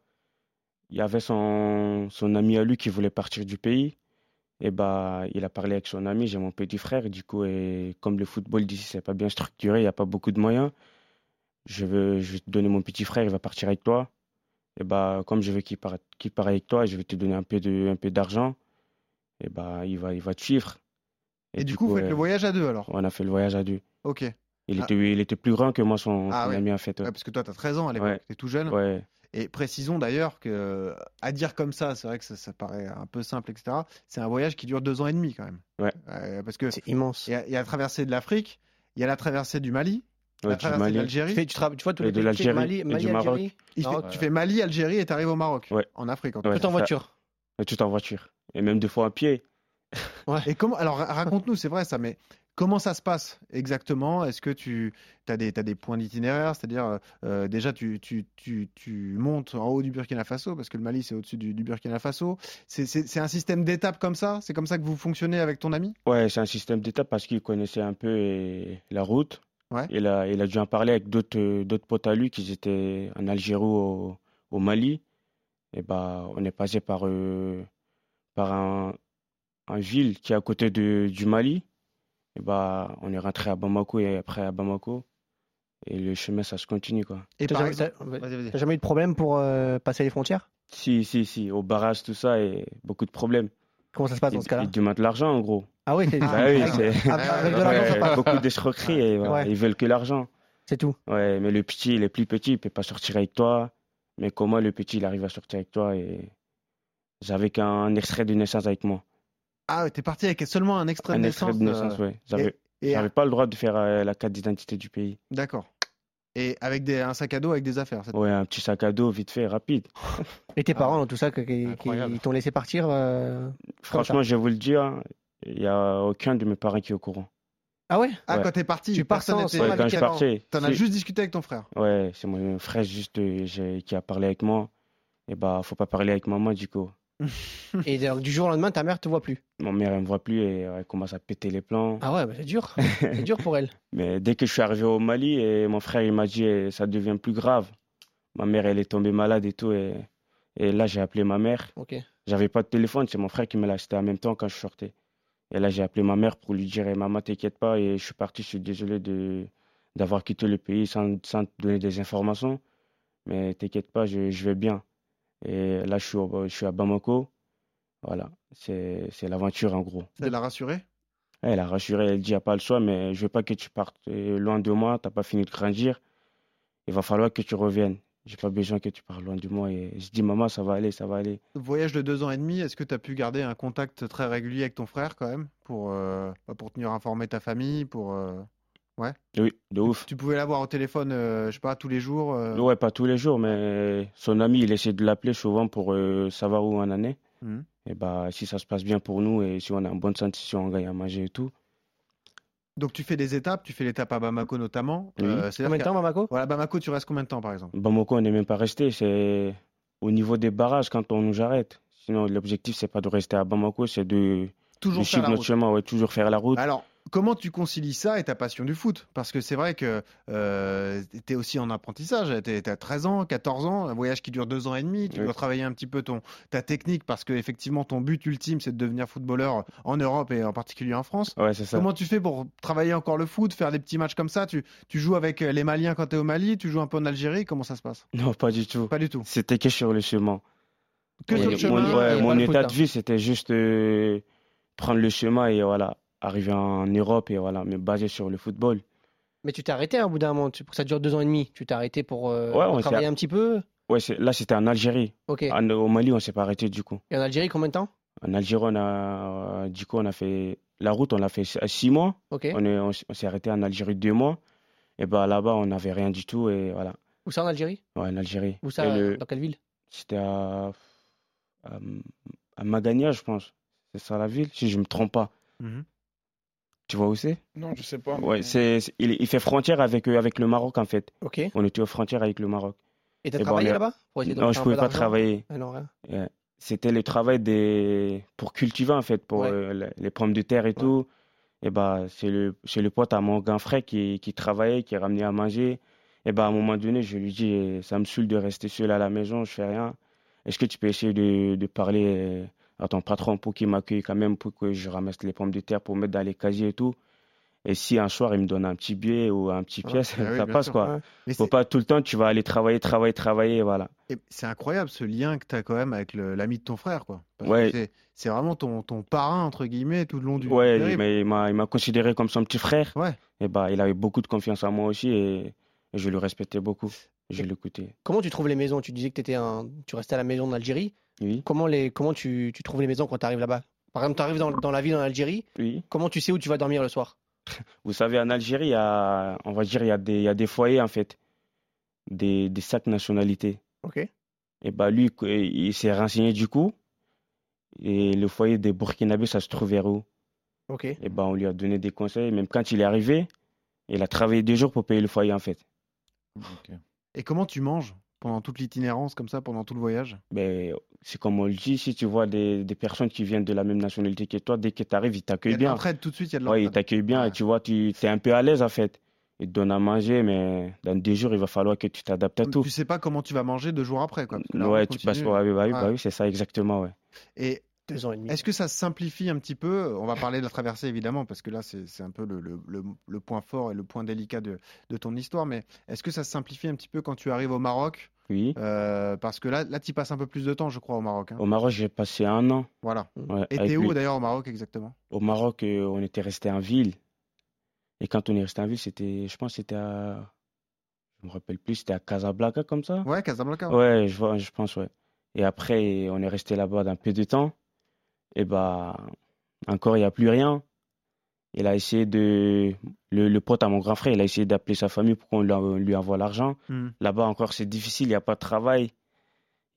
Speaker 5: Il y avait son, son ami à lui qui voulait partir du pays. Et bah, il a parlé avec son ami, j'ai mon petit frère. Du coup, et comme le football d'ici, c'est pas bien structuré, il n'y a pas beaucoup de moyens. Je veux, je vais te donner mon petit frère, il va partir avec toi. Et bah, comme je veux qu'il parte, qu'il parte avec toi, je vais te donner un peu de, un peu d'argent. Et bah, il va, il va te suivre.
Speaker 2: Et, du coup, vous faites
Speaker 5: euh,
Speaker 2: le voyage à deux alors.
Speaker 5: on a fait le voyage à deux.
Speaker 2: Ok. Ouais,
Speaker 5: Il
Speaker 2: Ah.
Speaker 5: était, il était plus grand que moi, son,
Speaker 2: Ah
Speaker 5: son
Speaker 2: ouais.
Speaker 5: ami a fait. ouais.
Speaker 2: parce que toi, tu as 13 ans à l'époque,
Speaker 5: Ouais.
Speaker 2: tu es tout jeune.
Speaker 5: Ouais.
Speaker 2: Et précisons d'ailleurs que, euh, à dire comme ça, c'est vrai que ça, ça paraît un peu simple, etc. C'est un voyage qui dure deux ans et demi quand même.
Speaker 5: Ouais.
Speaker 2: Euh, parce que
Speaker 3: C'est immense.
Speaker 2: il y, a- il y a la traversée de l'Afrique, il y a la traversée du Mali,
Speaker 5: Ouais,
Speaker 2: la
Speaker 5: du
Speaker 2: traversée
Speaker 5: Mali.
Speaker 2: de
Speaker 3: Tu,
Speaker 2: l'Algérie.
Speaker 3: fais, tu, tra- tu vois tous
Speaker 5: Et
Speaker 3: les
Speaker 5: de
Speaker 3: pays, tu fais
Speaker 5: l'Algérie, et
Speaker 3: Mali, Mali,
Speaker 5: du Maroc.
Speaker 3: Algérie.
Speaker 2: Il fait-
Speaker 3: Maroc,
Speaker 2: tu
Speaker 4: ouais.
Speaker 2: fais Mali, Algérie et tu arrives au Maroc,
Speaker 5: Ouais.
Speaker 2: en Afrique en tout
Speaker 5: Ouais.
Speaker 2: cas.
Speaker 3: Tout en
Speaker 5: ça-
Speaker 3: voiture.
Speaker 5: Et tout en voiture. Et même des fois à pied.
Speaker 2: Et comment, alors ra- raconte-nous, c'est vrai ça, mais comment ça se passe exactement Est-ce que tu as des, t'as des points d'itinéraire C'est-à-dire, euh, euh, déjà, tu, tu, tu, tu montes en haut du Burkina Faso, parce que le Mali, c'est au-dessus du, du Burkina Faso. C'est- C'est c'est un système d'étapes comme ça C'est comme ça que vous fonctionnez avec ton ami
Speaker 5: Ouais, c'est un système d'étape parce qu'il connaissait un peu euh, la route.
Speaker 2: Ouais.
Speaker 5: Il a, il a dû en parler avec d'autres euh, d'autres potes à lui qui étaient en Algérie ou au, au Mali. Et bah, on est passé par, euh, par un, un ville qui est à côté de, du Mali. Et bah, on est rentré à Bamako et après à Bamako. Et le chemin, ça se continue, quoi.
Speaker 2: Et
Speaker 3: T'as
Speaker 2: par
Speaker 3: jamais,
Speaker 2: exemple-
Speaker 3: t'as- ouais.
Speaker 2: Vas-y, vas-y.
Speaker 3: T'as jamais eu de problème pour euh, passer les frontières
Speaker 5: Si, si, si, au barrage, tout ça, et beaucoup de problèmes.
Speaker 3: Comment ça se passe
Speaker 5: Il,
Speaker 3: dans ce cas-là
Speaker 5: il demande de l'argent, en gros.
Speaker 3: Ah oui, c'est
Speaker 2: Ah,
Speaker 5: Bah oui,
Speaker 3: avec- avec de
Speaker 5: c'est...
Speaker 2: Ouais,
Speaker 3: l'argent, ça
Speaker 5: Ouais,
Speaker 3: passe.
Speaker 5: beaucoup d'escroqueries, et voilà,
Speaker 3: Ouais.
Speaker 5: ils veulent que l'argent.
Speaker 3: C'est tout.
Speaker 5: Ouais, mais le petit, il est plus petit, il peut pas sortir avec toi. Mais comment le petit, il arrive à sortir avec toi et j'avais qu'un extrait de naissance avec moi.
Speaker 2: Ah, ouais, t'es parti avec seulement un extrait
Speaker 5: Un
Speaker 2: de
Speaker 5: extrait
Speaker 2: naissance.
Speaker 5: de naissance,
Speaker 2: euh,
Speaker 5: ouais. J'avais,
Speaker 2: et-
Speaker 5: j'avais pas le droit de faire euh, la carte d'identité du pays.
Speaker 2: D'accord. Et avec des, un sac à dos avec des affaires. ça te-
Speaker 5: Ouais, un petit sac à dos, vite fait, rapide.
Speaker 3: Et tes
Speaker 2: Ah,
Speaker 3: parents, dans tout ça, que- qui,
Speaker 2: incroyable.
Speaker 3: qui t'ont laissé partir euh,
Speaker 5: Franchement, je vais vous le dire, il y a aucun de mes parents qui est au courant.
Speaker 3: Ah ouais
Speaker 2: Ah,
Speaker 5: Ouais.
Speaker 2: quand t'es parti,
Speaker 3: Tu pars
Speaker 2: personne
Speaker 3: sans,
Speaker 2: n'était
Speaker 5: Ouais,
Speaker 2: pas
Speaker 5: quand
Speaker 2: avec
Speaker 5: je
Speaker 2: tes parents.
Speaker 5: partais,
Speaker 2: T'en as
Speaker 5: si-
Speaker 2: juste discuté avec ton frère.
Speaker 5: Ouais, c'est mon frère juste euh, j'ai- qui a parlé avec moi. Et bah, faut pas parler avec maman, du coup.
Speaker 3: Et donc, du jour au lendemain, ta mère te voit plus.
Speaker 5: Mon mère, elle me voit plus et euh, elle commence à péter les plans.
Speaker 3: Ah ouais, bah, c'est dur. c'est dur pour elle.
Speaker 5: Mais dès que je suis arrivé au Mali, et mon frère il m'a dit eh, ça devient plus grave. Ma mère elle est tombée malade et tout et, et là j'ai appelé ma mère.
Speaker 3: Ok.
Speaker 5: J'avais pas de téléphone, c'est mon frère qui me l'a acheté en même temps quand je sortais. Et là, j'ai appelé ma mère pour lui dire, Eh, maman, t'inquiète pas, et je suis parti, je suis désolé de, d'avoir quitté le pays sans, sans te donner des informations, mais t'inquiète pas, je, je vais bien. Et là, je suis, au- je suis à Bamako. Voilà, c'est, c'est l'aventure en gros.
Speaker 2: Ça l'a rassuré
Speaker 5: Elle a rassuré, Eh, elle dit, il a pas le choix, mais je veux pas que tu partes euh, loin de moi, t'as pas fini de grandir, il va falloir que tu reviennes. J'ai pas besoin que tu partes loin de moi. Et je dis, maman, ça va aller, ça va aller.
Speaker 2: Voyage de deux ans et demi, est-ce que tu as pu garder un contact très régulier avec ton frère quand même pour, euh, bah, pour tenir informé ta famille pour, euh,
Speaker 5: Oui, de ouf.
Speaker 2: Tu pouvais l'avoir au téléphone, euh, je sais pas, tous les jours euh,
Speaker 5: Ouais, pas tous les jours, mais son ami, il essaie de l'appeler souvent pour euh, savoir où on en est.
Speaker 2: Mhm.
Speaker 5: Et bah, si ça se passe bien pour nous et si on a en bonne santé, si on gagne à manger et tout.
Speaker 2: Donc tu fais des étapes, tu fais l'étape à Bamako notamment. Euh,
Speaker 5: Oui.
Speaker 2: c'est-à-dire
Speaker 3: Combien de
Speaker 2: qu'à-
Speaker 3: temps, Bamako
Speaker 2: Voilà, Bamako, tu restes combien de temps par exemple
Speaker 5: Bamako, on n'est même pas resté. C'est au niveau des barrages quand on nous arrête. Sinon, l'objectif, c'est pas de rester à Bamako, c'est de, de
Speaker 2: Toujours faire
Speaker 5: suivre
Speaker 2: la
Speaker 5: notre
Speaker 2: route. Ah.
Speaker 5: chemin, ouais, toujours faire la route.
Speaker 2: Alors, comment tu concilies ça et ta passion du foot Parce que c'est vrai que tu es aussi en apprentissage. Tu as 13 ans, 14 ans, un voyage qui dure deux ans et demi. Tu
Speaker 5: Oui.
Speaker 2: dois travailler un petit peu ton, ta technique parce que effectivement ton but ultime, c'est de devenir footballeur en Europe et en particulier en France.
Speaker 5: Ouais, c'est ça.
Speaker 2: Comment tu fais pour travailler encore le foot, faire des petits matchs comme ça tu, tu joues avec euh, les Maliens quand tu es au Mali, tu joues un peu en Algérie, comment ça se passe
Speaker 5: Non, pas du tout.
Speaker 2: Pas du tout.
Speaker 5: C'était que sur le chemin.
Speaker 2: Que
Speaker 5: Mon-
Speaker 2: sur le
Speaker 5: mon-
Speaker 2: chemin,
Speaker 5: ouais,
Speaker 2: et
Speaker 5: mon
Speaker 3: pas le foot,
Speaker 5: état
Speaker 3: hein.
Speaker 5: de vie, c'était juste euh, prendre le chemin et voilà, arriver en Europe et voilà, me baser sur le football.
Speaker 3: Mais tu t'es arrêté hein, au bout d'un moment, tu- pour que ça dure deux ans et demi. Tu t'es arrêté pour, euh,
Speaker 5: Ouais,
Speaker 3: pour
Speaker 5: on s'est
Speaker 3: travailler un petit peu.
Speaker 5: Ouais, c'est- là, c'était en Algérie.
Speaker 3: Ok.
Speaker 5: En- au Mali, on s'est pas arrêté du coup.
Speaker 3: Et en Algérie, combien de temps
Speaker 5: En Algérie, on a, du coup, on a fait la route, on l'a fait à six mois.
Speaker 3: Ok.
Speaker 5: On est- on s- on s'est arrêté en Algérie deux mois. Et bah là-bas, on n'avait rien du tout. Et voilà,
Speaker 3: Où ça en Algérie
Speaker 5: Ouais, en Algérie.
Speaker 3: Où ça
Speaker 5: Et le-
Speaker 3: Dans quelle ville
Speaker 5: C'était à, à, à Magania, je pense. C'est ça la ville, si je me trompe pas.
Speaker 2: Mhm.
Speaker 5: Tu vois où c'est?
Speaker 6: Non, je sais pas. mais-
Speaker 5: Ouais, c'est, c'est- il, il fait frontière avec, euh, avec le Maroc, en fait.
Speaker 3: Ok. Et
Speaker 5: On était aux frontières avec le Maroc.
Speaker 3: t'as
Speaker 5: Eh ben,
Speaker 3: travaillé
Speaker 5: on est-
Speaker 3: là-bas pour essayer de
Speaker 5: Non,
Speaker 3: faire
Speaker 5: je
Speaker 3: un
Speaker 5: pouvais
Speaker 3: peu
Speaker 5: pas
Speaker 3: d'argent
Speaker 5: travailler.
Speaker 3: Ah non, rien.
Speaker 5: C'était le travail des... pour cultiver, en fait, pour
Speaker 3: Ouais.
Speaker 5: euh, les- les pommes de terre et tout. Et bah, c'est le, c'est le pote à mon grand frère qui, qui travaillait, qui ramenait à manger. Et bah, à un moment donné, je lui dis, eh, ça me saoule de rester seul à la maison, je fais rien. Est-ce que tu peux essayer de, de parler euh, à ton patron pour qu'il m'accueille quand même, pour que je ramasse les pommes de terre pour mettre dans les casiers et tout? Et si un soir, il me donne un petit billet ou un petit
Speaker 2: Ouais.
Speaker 5: pièce,
Speaker 2: Ah oui,
Speaker 5: ça
Speaker 2: bien
Speaker 5: passe,
Speaker 2: sûr.
Speaker 5: quoi.
Speaker 3: Ouais.
Speaker 2: Mais
Speaker 5: Faut
Speaker 2: c'est-
Speaker 5: pas tout le temps, tu vas aller travailler, travailler, travailler, voilà.
Speaker 2: Et C'est incroyable ce lien que tu as quand même avec le- l'ami de ton frère, quoi. Parce que
Speaker 5: Ouais.
Speaker 2: c'est- C'est vraiment ton, ton parrain, entre guillemets, tout le long du
Speaker 5: Ouais,
Speaker 2: périple.
Speaker 5: mais il m'a, il m'a considéré comme son petit frère.
Speaker 2: Ouais.
Speaker 5: Et bah, il avait beaucoup de confiance en moi aussi et, et je le respectais beaucoup. Je l'écoutais.
Speaker 3: Comment tu trouves les maisons Tu disais que t'étais un... tu restais à la maison en Algérie.
Speaker 5: Oui,
Speaker 3: Comment, les... comment tu... tu trouves les maisons quand tu arrives là-bas Par exemple, tu arrives dans... dans la ville en Algérie,
Speaker 5: oui.
Speaker 3: comment tu sais où tu vas dormir le soir
Speaker 5: Vous savez, en Algérie, il y a- on va dire, il y a des, il y a des foyers en fait, des, des sacs nationalités.
Speaker 3: Ok.
Speaker 5: Et bah, lui, il- il s'est renseigné du coup. Et le foyer des Burkinabés, ça se trouve vers où?
Speaker 3: Ok.
Speaker 5: Et bah, on lui a donné des conseils. Même quand il est arrivé, il a travaillé deux jours pour payer le foyer en fait.
Speaker 4: Ok.
Speaker 2: Et comment tu manges pendant toute l'itinérance, comme ça, pendant tout le voyage
Speaker 5: Ben, c'est comme on le dit, si tu vois des, des personnes qui viennent de la même nationalité que toi, dès que tu arrives, ils
Speaker 2: Il y
Speaker 5: t'accueillent
Speaker 2: a de
Speaker 5: bien.
Speaker 2: l'entraide tout de suite, il y a de
Speaker 5: Ouais, ils
Speaker 2: l'entraide.
Speaker 5: t'accueillent bien
Speaker 2: Ouais.
Speaker 5: et tu vois, tu es un peu à l'aise en fait. Ils te donnent à manger, mais dans deux jours, il va falloir que tu t'adaptes à
Speaker 2: Mais
Speaker 5: tout.
Speaker 2: Tu sais pas comment tu vas manger deux jours après, quoi. parce que la
Speaker 5: Ouais,
Speaker 2: route
Speaker 5: tu passes
Speaker 2: continue.
Speaker 5: par. Ouais, bah oui, bah
Speaker 2: Ouais.
Speaker 5: oui, c'est ça exactement, ouais.
Speaker 2: Et
Speaker 3: Deux ans et demi.
Speaker 2: Est-ce que ça se simplifie un petit peu On va parler de la traversée évidemment, parce que là c'est c'est un peu le, le- le- le point fort et le point délicat de, de ton histoire, mais est-ce que ça se simplifie un petit peu quand tu arrives au Maroc
Speaker 5: Oui.
Speaker 2: Euh, Parce que là, là tu passes un peu plus de temps, je crois, au Maroc. hein.
Speaker 5: Au Maroc, j'ai passé un an.
Speaker 2: Voilà.
Speaker 5: ouais,
Speaker 2: Et
Speaker 5: avec
Speaker 2: t'es où
Speaker 5: lui.
Speaker 2: d'ailleurs au Maroc exactement
Speaker 5: Au Maroc, euh, on était resté en ville. Et quand on est resté en ville, c'était, je pense, que c'était à. Je me rappelle plus, c'était à Casablanca comme ça.
Speaker 2: Ouais, Casablanca.
Speaker 5: Ouais, je vois, je pense, ouais. Et après, on est resté là-bas d'un peu de temps. Et bah, encore, il n'y a plus rien. Il a essayé de. Le, le pote à mon grand frère, il a essayé d'appeler sa famille pour qu'on lui, en- lui envoie l'argent.
Speaker 2: Hmm.
Speaker 5: Là-bas, encore, c'est difficile, il n'y a pas de travail.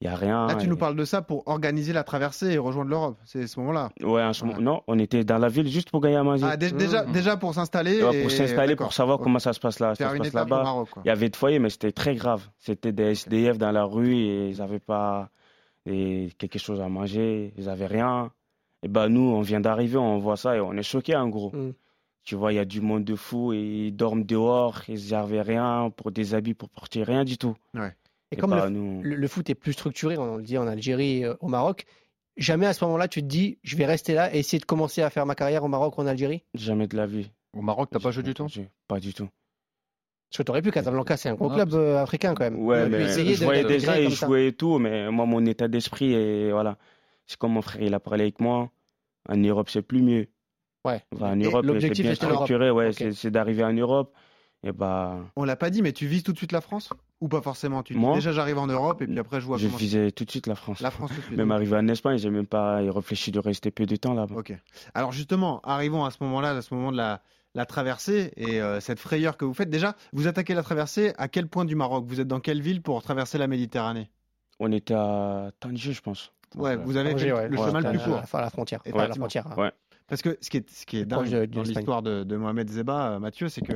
Speaker 5: Il n'y a rien.
Speaker 2: Là Ah, tu
Speaker 5: Et-
Speaker 2: nous parles de ça pour organiser la traversée et rejoindre l'Europe. C'est ce moment-là.
Speaker 5: Ouais, en ce
Speaker 2: Ouais.
Speaker 5: moment- non, on était dans la ville juste pour gagner à manger.
Speaker 2: Ah, dé- déjà,
Speaker 4: Mmh.
Speaker 2: déjà pour s'installer.
Speaker 5: Hmm. Ouais,
Speaker 2: et-
Speaker 5: pour s'installer, pour
Speaker 2: d'accord.
Speaker 5: savoir
Speaker 2: Ok.
Speaker 5: comment ça se passe là. Ça
Speaker 2: Faire
Speaker 5: se
Speaker 2: une
Speaker 5: passe
Speaker 2: étape au
Speaker 5: là-bas.
Speaker 2: Maroc. quoi.
Speaker 5: Il y avait de foyers, mais c'était très grave. C'était des SDF dans la rue et ils n'avaient pas et quelque chose à manger, ils n'avaient rien. Et ben nous, on vient d'arriver, on voit ça et on est choqués en gros.
Speaker 3: Mm.
Speaker 5: Tu vois, il y a du monde de fou et ils dorment dehors, ils n'avaient rien pour des habits, pour porter rien du tout.
Speaker 3: Et
Speaker 5: Et
Speaker 3: comme
Speaker 5: ben,
Speaker 3: le...
Speaker 5: nous,
Speaker 3: le- le foot est plus structuré, on le dit en Algérie, et, euh, au Maroc, jamais à ce moment-là, tu te dis, je vais rester là et essayer de commencer à faire ma carrière au Maroc ou en Algérie
Speaker 5: Jamais de la vie.
Speaker 4: Au Maroc, t'as pas joué du tout
Speaker 5: Je- Pas du tout.
Speaker 3: Parce que t'aurais pu, Casablanca, c'est un gros
Speaker 4: Non,
Speaker 3: club euh, africain quand même.
Speaker 5: Ouais,
Speaker 3: T'aurais pu
Speaker 5: mais
Speaker 3: essayer
Speaker 5: je
Speaker 3: de-
Speaker 5: voyais
Speaker 3: de
Speaker 5: déjà,
Speaker 3: créer
Speaker 5: il
Speaker 3: comme ça.
Speaker 5: jouait et tout, mais moi, mon état d'esprit, et voilà. C'est comme mon frère, il a parlé avec moi. En Europe, c'est plus mieux.
Speaker 3: Ouais.
Speaker 5: Bah, en
Speaker 3: Et
Speaker 5: Europe, c'est
Speaker 3: l'objectif
Speaker 5: bien
Speaker 3: était l'Europe.
Speaker 5: structuré, ouais,
Speaker 3: Ok.
Speaker 5: c'est- c'est d'arriver en Europe. Et bah,
Speaker 2: On l'a pas dit, mais tu vises tout de suite la France Ou pas forcément Tu dis
Speaker 5: Moi
Speaker 2: déjà j'arrive en Europe et puis après je vois
Speaker 5: je
Speaker 2: comment.
Speaker 5: visais tout de suite la France.
Speaker 2: La France tout de suite.
Speaker 5: Même arrivé en Espagne, j'ai même pas réfléchi de rester peu de temps là-bas.
Speaker 2: Ok. Alors justement, arrivons à ce moment-là, à ce moment de la, la traversée et euh, cette frayeur que vous faites. Déjà, vous attaquez la traversée à quel point du Maroc Vous êtes dans quelle ville pour traverser la Méditerranée
Speaker 5: On était à Tangier, je pense.
Speaker 2: Ouais,
Speaker 4: Ouais.
Speaker 2: vous avez fait
Speaker 3: Tanger, ouais.
Speaker 2: le
Speaker 3: Ouais,
Speaker 2: chemin le
Speaker 3: à-
Speaker 2: plus court.
Speaker 3: Enfin, à la frontière. Enfin, à la
Speaker 2: Effectivement.
Speaker 3: frontière. hein.
Speaker 5: Ouais.
Speaker 2: Parce que ce qui est, ce qui est dingue
Speaker 3: proche de- de
Speaker 2: dans
Speaker 3: l'Espagne.
Speaker 2: l'histoire de, de Mohamed Zeba, euh, Mathieu, c'est que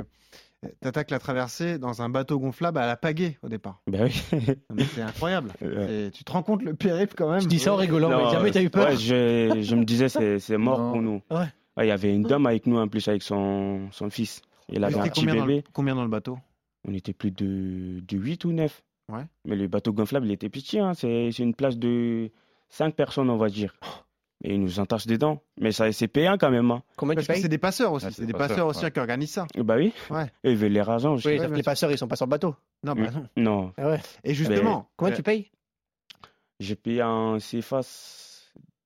Speaker 2: tu attaques la traversée dans un bateau gonflable à la pagaie au départ.
Speaker 5: Ben oui.
Speaker 2: Non, mais C'est incroyable.
Speaker 5: Ouais.
Speaker 2: Et tu te rends compte le périple quand même
Speaker 3: Je dis ça en rigolant,
Speaker 5: Non,
Speaker 3: mais jamais t'as eu peur.
Speaker 5: ouais, je, je me disais, c'est c'est mort
Speaker 4: Non.
Speaker 5: pour nous.
Speaker 3: Ouais.
Speaker 5: il y avait une dame avec nous en plus, avec son, son fils. Il
Speaker 2: Vous
Speaker 5: avait un
Speaker 2: étiez
Speaker 5: petit
Speaker 2: combien, dans le,
Speaker 5: bébé.
Speaker 2: combien dans le bateau
Speaker 5: On était plus de, de 8 ou 9.
Speaker 2: Ouais.
Speaker 5: Mais le bateau gonflable, il était petit. hein. C'est c'est une place de 5 personnes, on va dire. Et ils nous entassent dedans. Mais ça, c'est payant quand même. hein.
Speaker 3: Combien
Speaker 2: Parce
Speaker 3: tu
Speaker 2: que
Speaker 3: payes
Speaker 2: c'est des passeurs aussi.
Speaker 5: Ah,
Speaker 4: Ouais,
Speaker 2: c'est des passeurs aussi
Speaker 4: ouais.
Speaker 2: qui organisent ça.
Speaker 5: Et Bah oui.
Speaker 2: Ouais.
Speaker 5: Et ils veulent les raser aussi.
Speaker 3: Oui,
Speaker 2: Ouais,
Speaker 3: les
Speaker 2: bien
Speaker 3: passeurs, ils sont pas sur le bateau.
Speaker 2: Non,
Speaker 5: Oui.
Speaker 2: bah non.
Speaker 5: Non.
Speaker 3: Ah ouais.
Speaker 2: Et justement,
Speaker 3: Combien
Speaker 2: euh,
Speaker 3: tu payes
Speaker 5: J'ai payé en CFA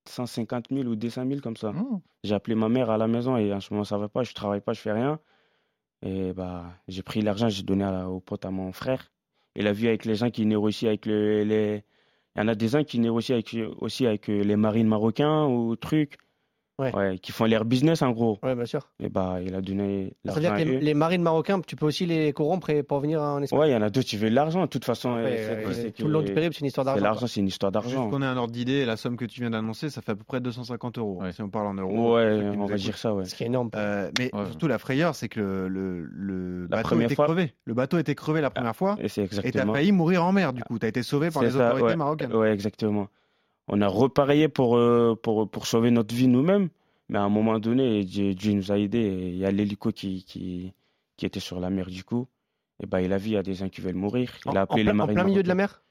Speaker 5: 150 000 ou 200 000
Speaker 6: Ah
Speaker 5: comme ça.
Speaker 4: Mmh.
Speaker 5: J'ai appelé ma mère à la maison et en ce moment ça va pas, je travaille pas, je fais rien. Et bah j'ai pris l'argent, j'ai donné à- au pote à mon frère. Et la vie avec les gens qui négocient avec le, les, il y en a des uns qui négocient avec, aussi avec euh, les marines marocains ou trucs,
Speaker 3: Ouais.
Speaker 5: qui font leur business en gros.
Speaker 3: Ouais, bien sûr.
Speaker 5: Et bah il a donné
Speaker 3: Ça veut dire
Speaker 5: l'argent
Speaker 3: que
Speaker 5: à
Speaker 3: les,
Speaker 5: eux.
Speaker 3: les marines marocains, tu peux aussi les corrompre et pour venir en Espagne.
Speaker 5: Ouais, il y en a d'autres qui veulent l'argent. De toute façon,
Speaker 3: Après,
Speaker 5: euh, c'est-
Speaker 3: euh,
Speaker 5: c'est
Speaker 3: tout le long
Speaker 5: que-
Speaker 3: du périple, c'est une histoire
Speaker 5: c'est
Speaker 3: d'argent.
Speaker 5: l'argent, c'est une histoire
Speaker 2: juste
Speaker 5: d'argent.
Speaker 2: qu'on ait un ordre d'idée, la somme que tu viens d'annoncer, ça fait à peu près 250 euros.
Speaker 4: Ouais.
Speaker 2: Si on parle en euros. pour
Speaker 5: Ouais,
Speaker 2: ceux qui
Speaker 5: on
Speaker 2: nous
Speaker 5: va
Speaker 2: écoutent.
Speaker 5: dire ça, ouais.
Speaker 3: quoi. Ce qui est énorme.
Speaker 2: Euh, mais
Speaker 4: Ouais.
Speaker 2: surtout, la frayeur, c'est que le, le- le
Speaker 5: La
Speaker 2: bateau
Speaker 5: première
Speaker 2: était
Speaker 5: fois- Ah,
Speaker 2: crevé. Le bateau était crevé la première fois
Speaker 5: Et c'est
Speaker 2: et t'as
Speaker 5: exactement.
Speaker 2: failli mourir en mer, du coup. T'as été sauvé par
Speaker 5: C'est
Speaker 2: les
Speaker 5: ça,
Speaker 2: autorités
Speaker 5: ouais. Euh,
Speaker 2: marocaines.
Speaker 5: Ouais, exactement. On a reparié pour, euh, pour, pour sauver notre vie nous-mêmes, mais à un moment donné, Dieu, Dieu nous a aidés. et Il y a l'hélico qui, qui, qui était sur la mer du coup. Et bah, il a vu, il y a des gens qui veulent mourir. Il
Speaker 3: En-
Speaker 5: a
Speaker 3: en,
Speaker 5: appelé les
Speaker 3: plein, en
Speaker 5: marines
Speaker 3: plein milieu de la
Speaker 5: marocains.
Speaker 3: mer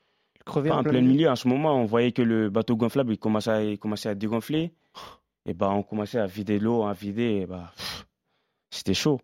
Speaker 3: Crevé
Speaker 5: Pas en plein milieu, en ce moment, on voyait que le bateau gonflable, il commençait à, il commençait à dégonfler. Et bah, on commençait à vider l'eau, à vider. et bah, pff, c'était chaud.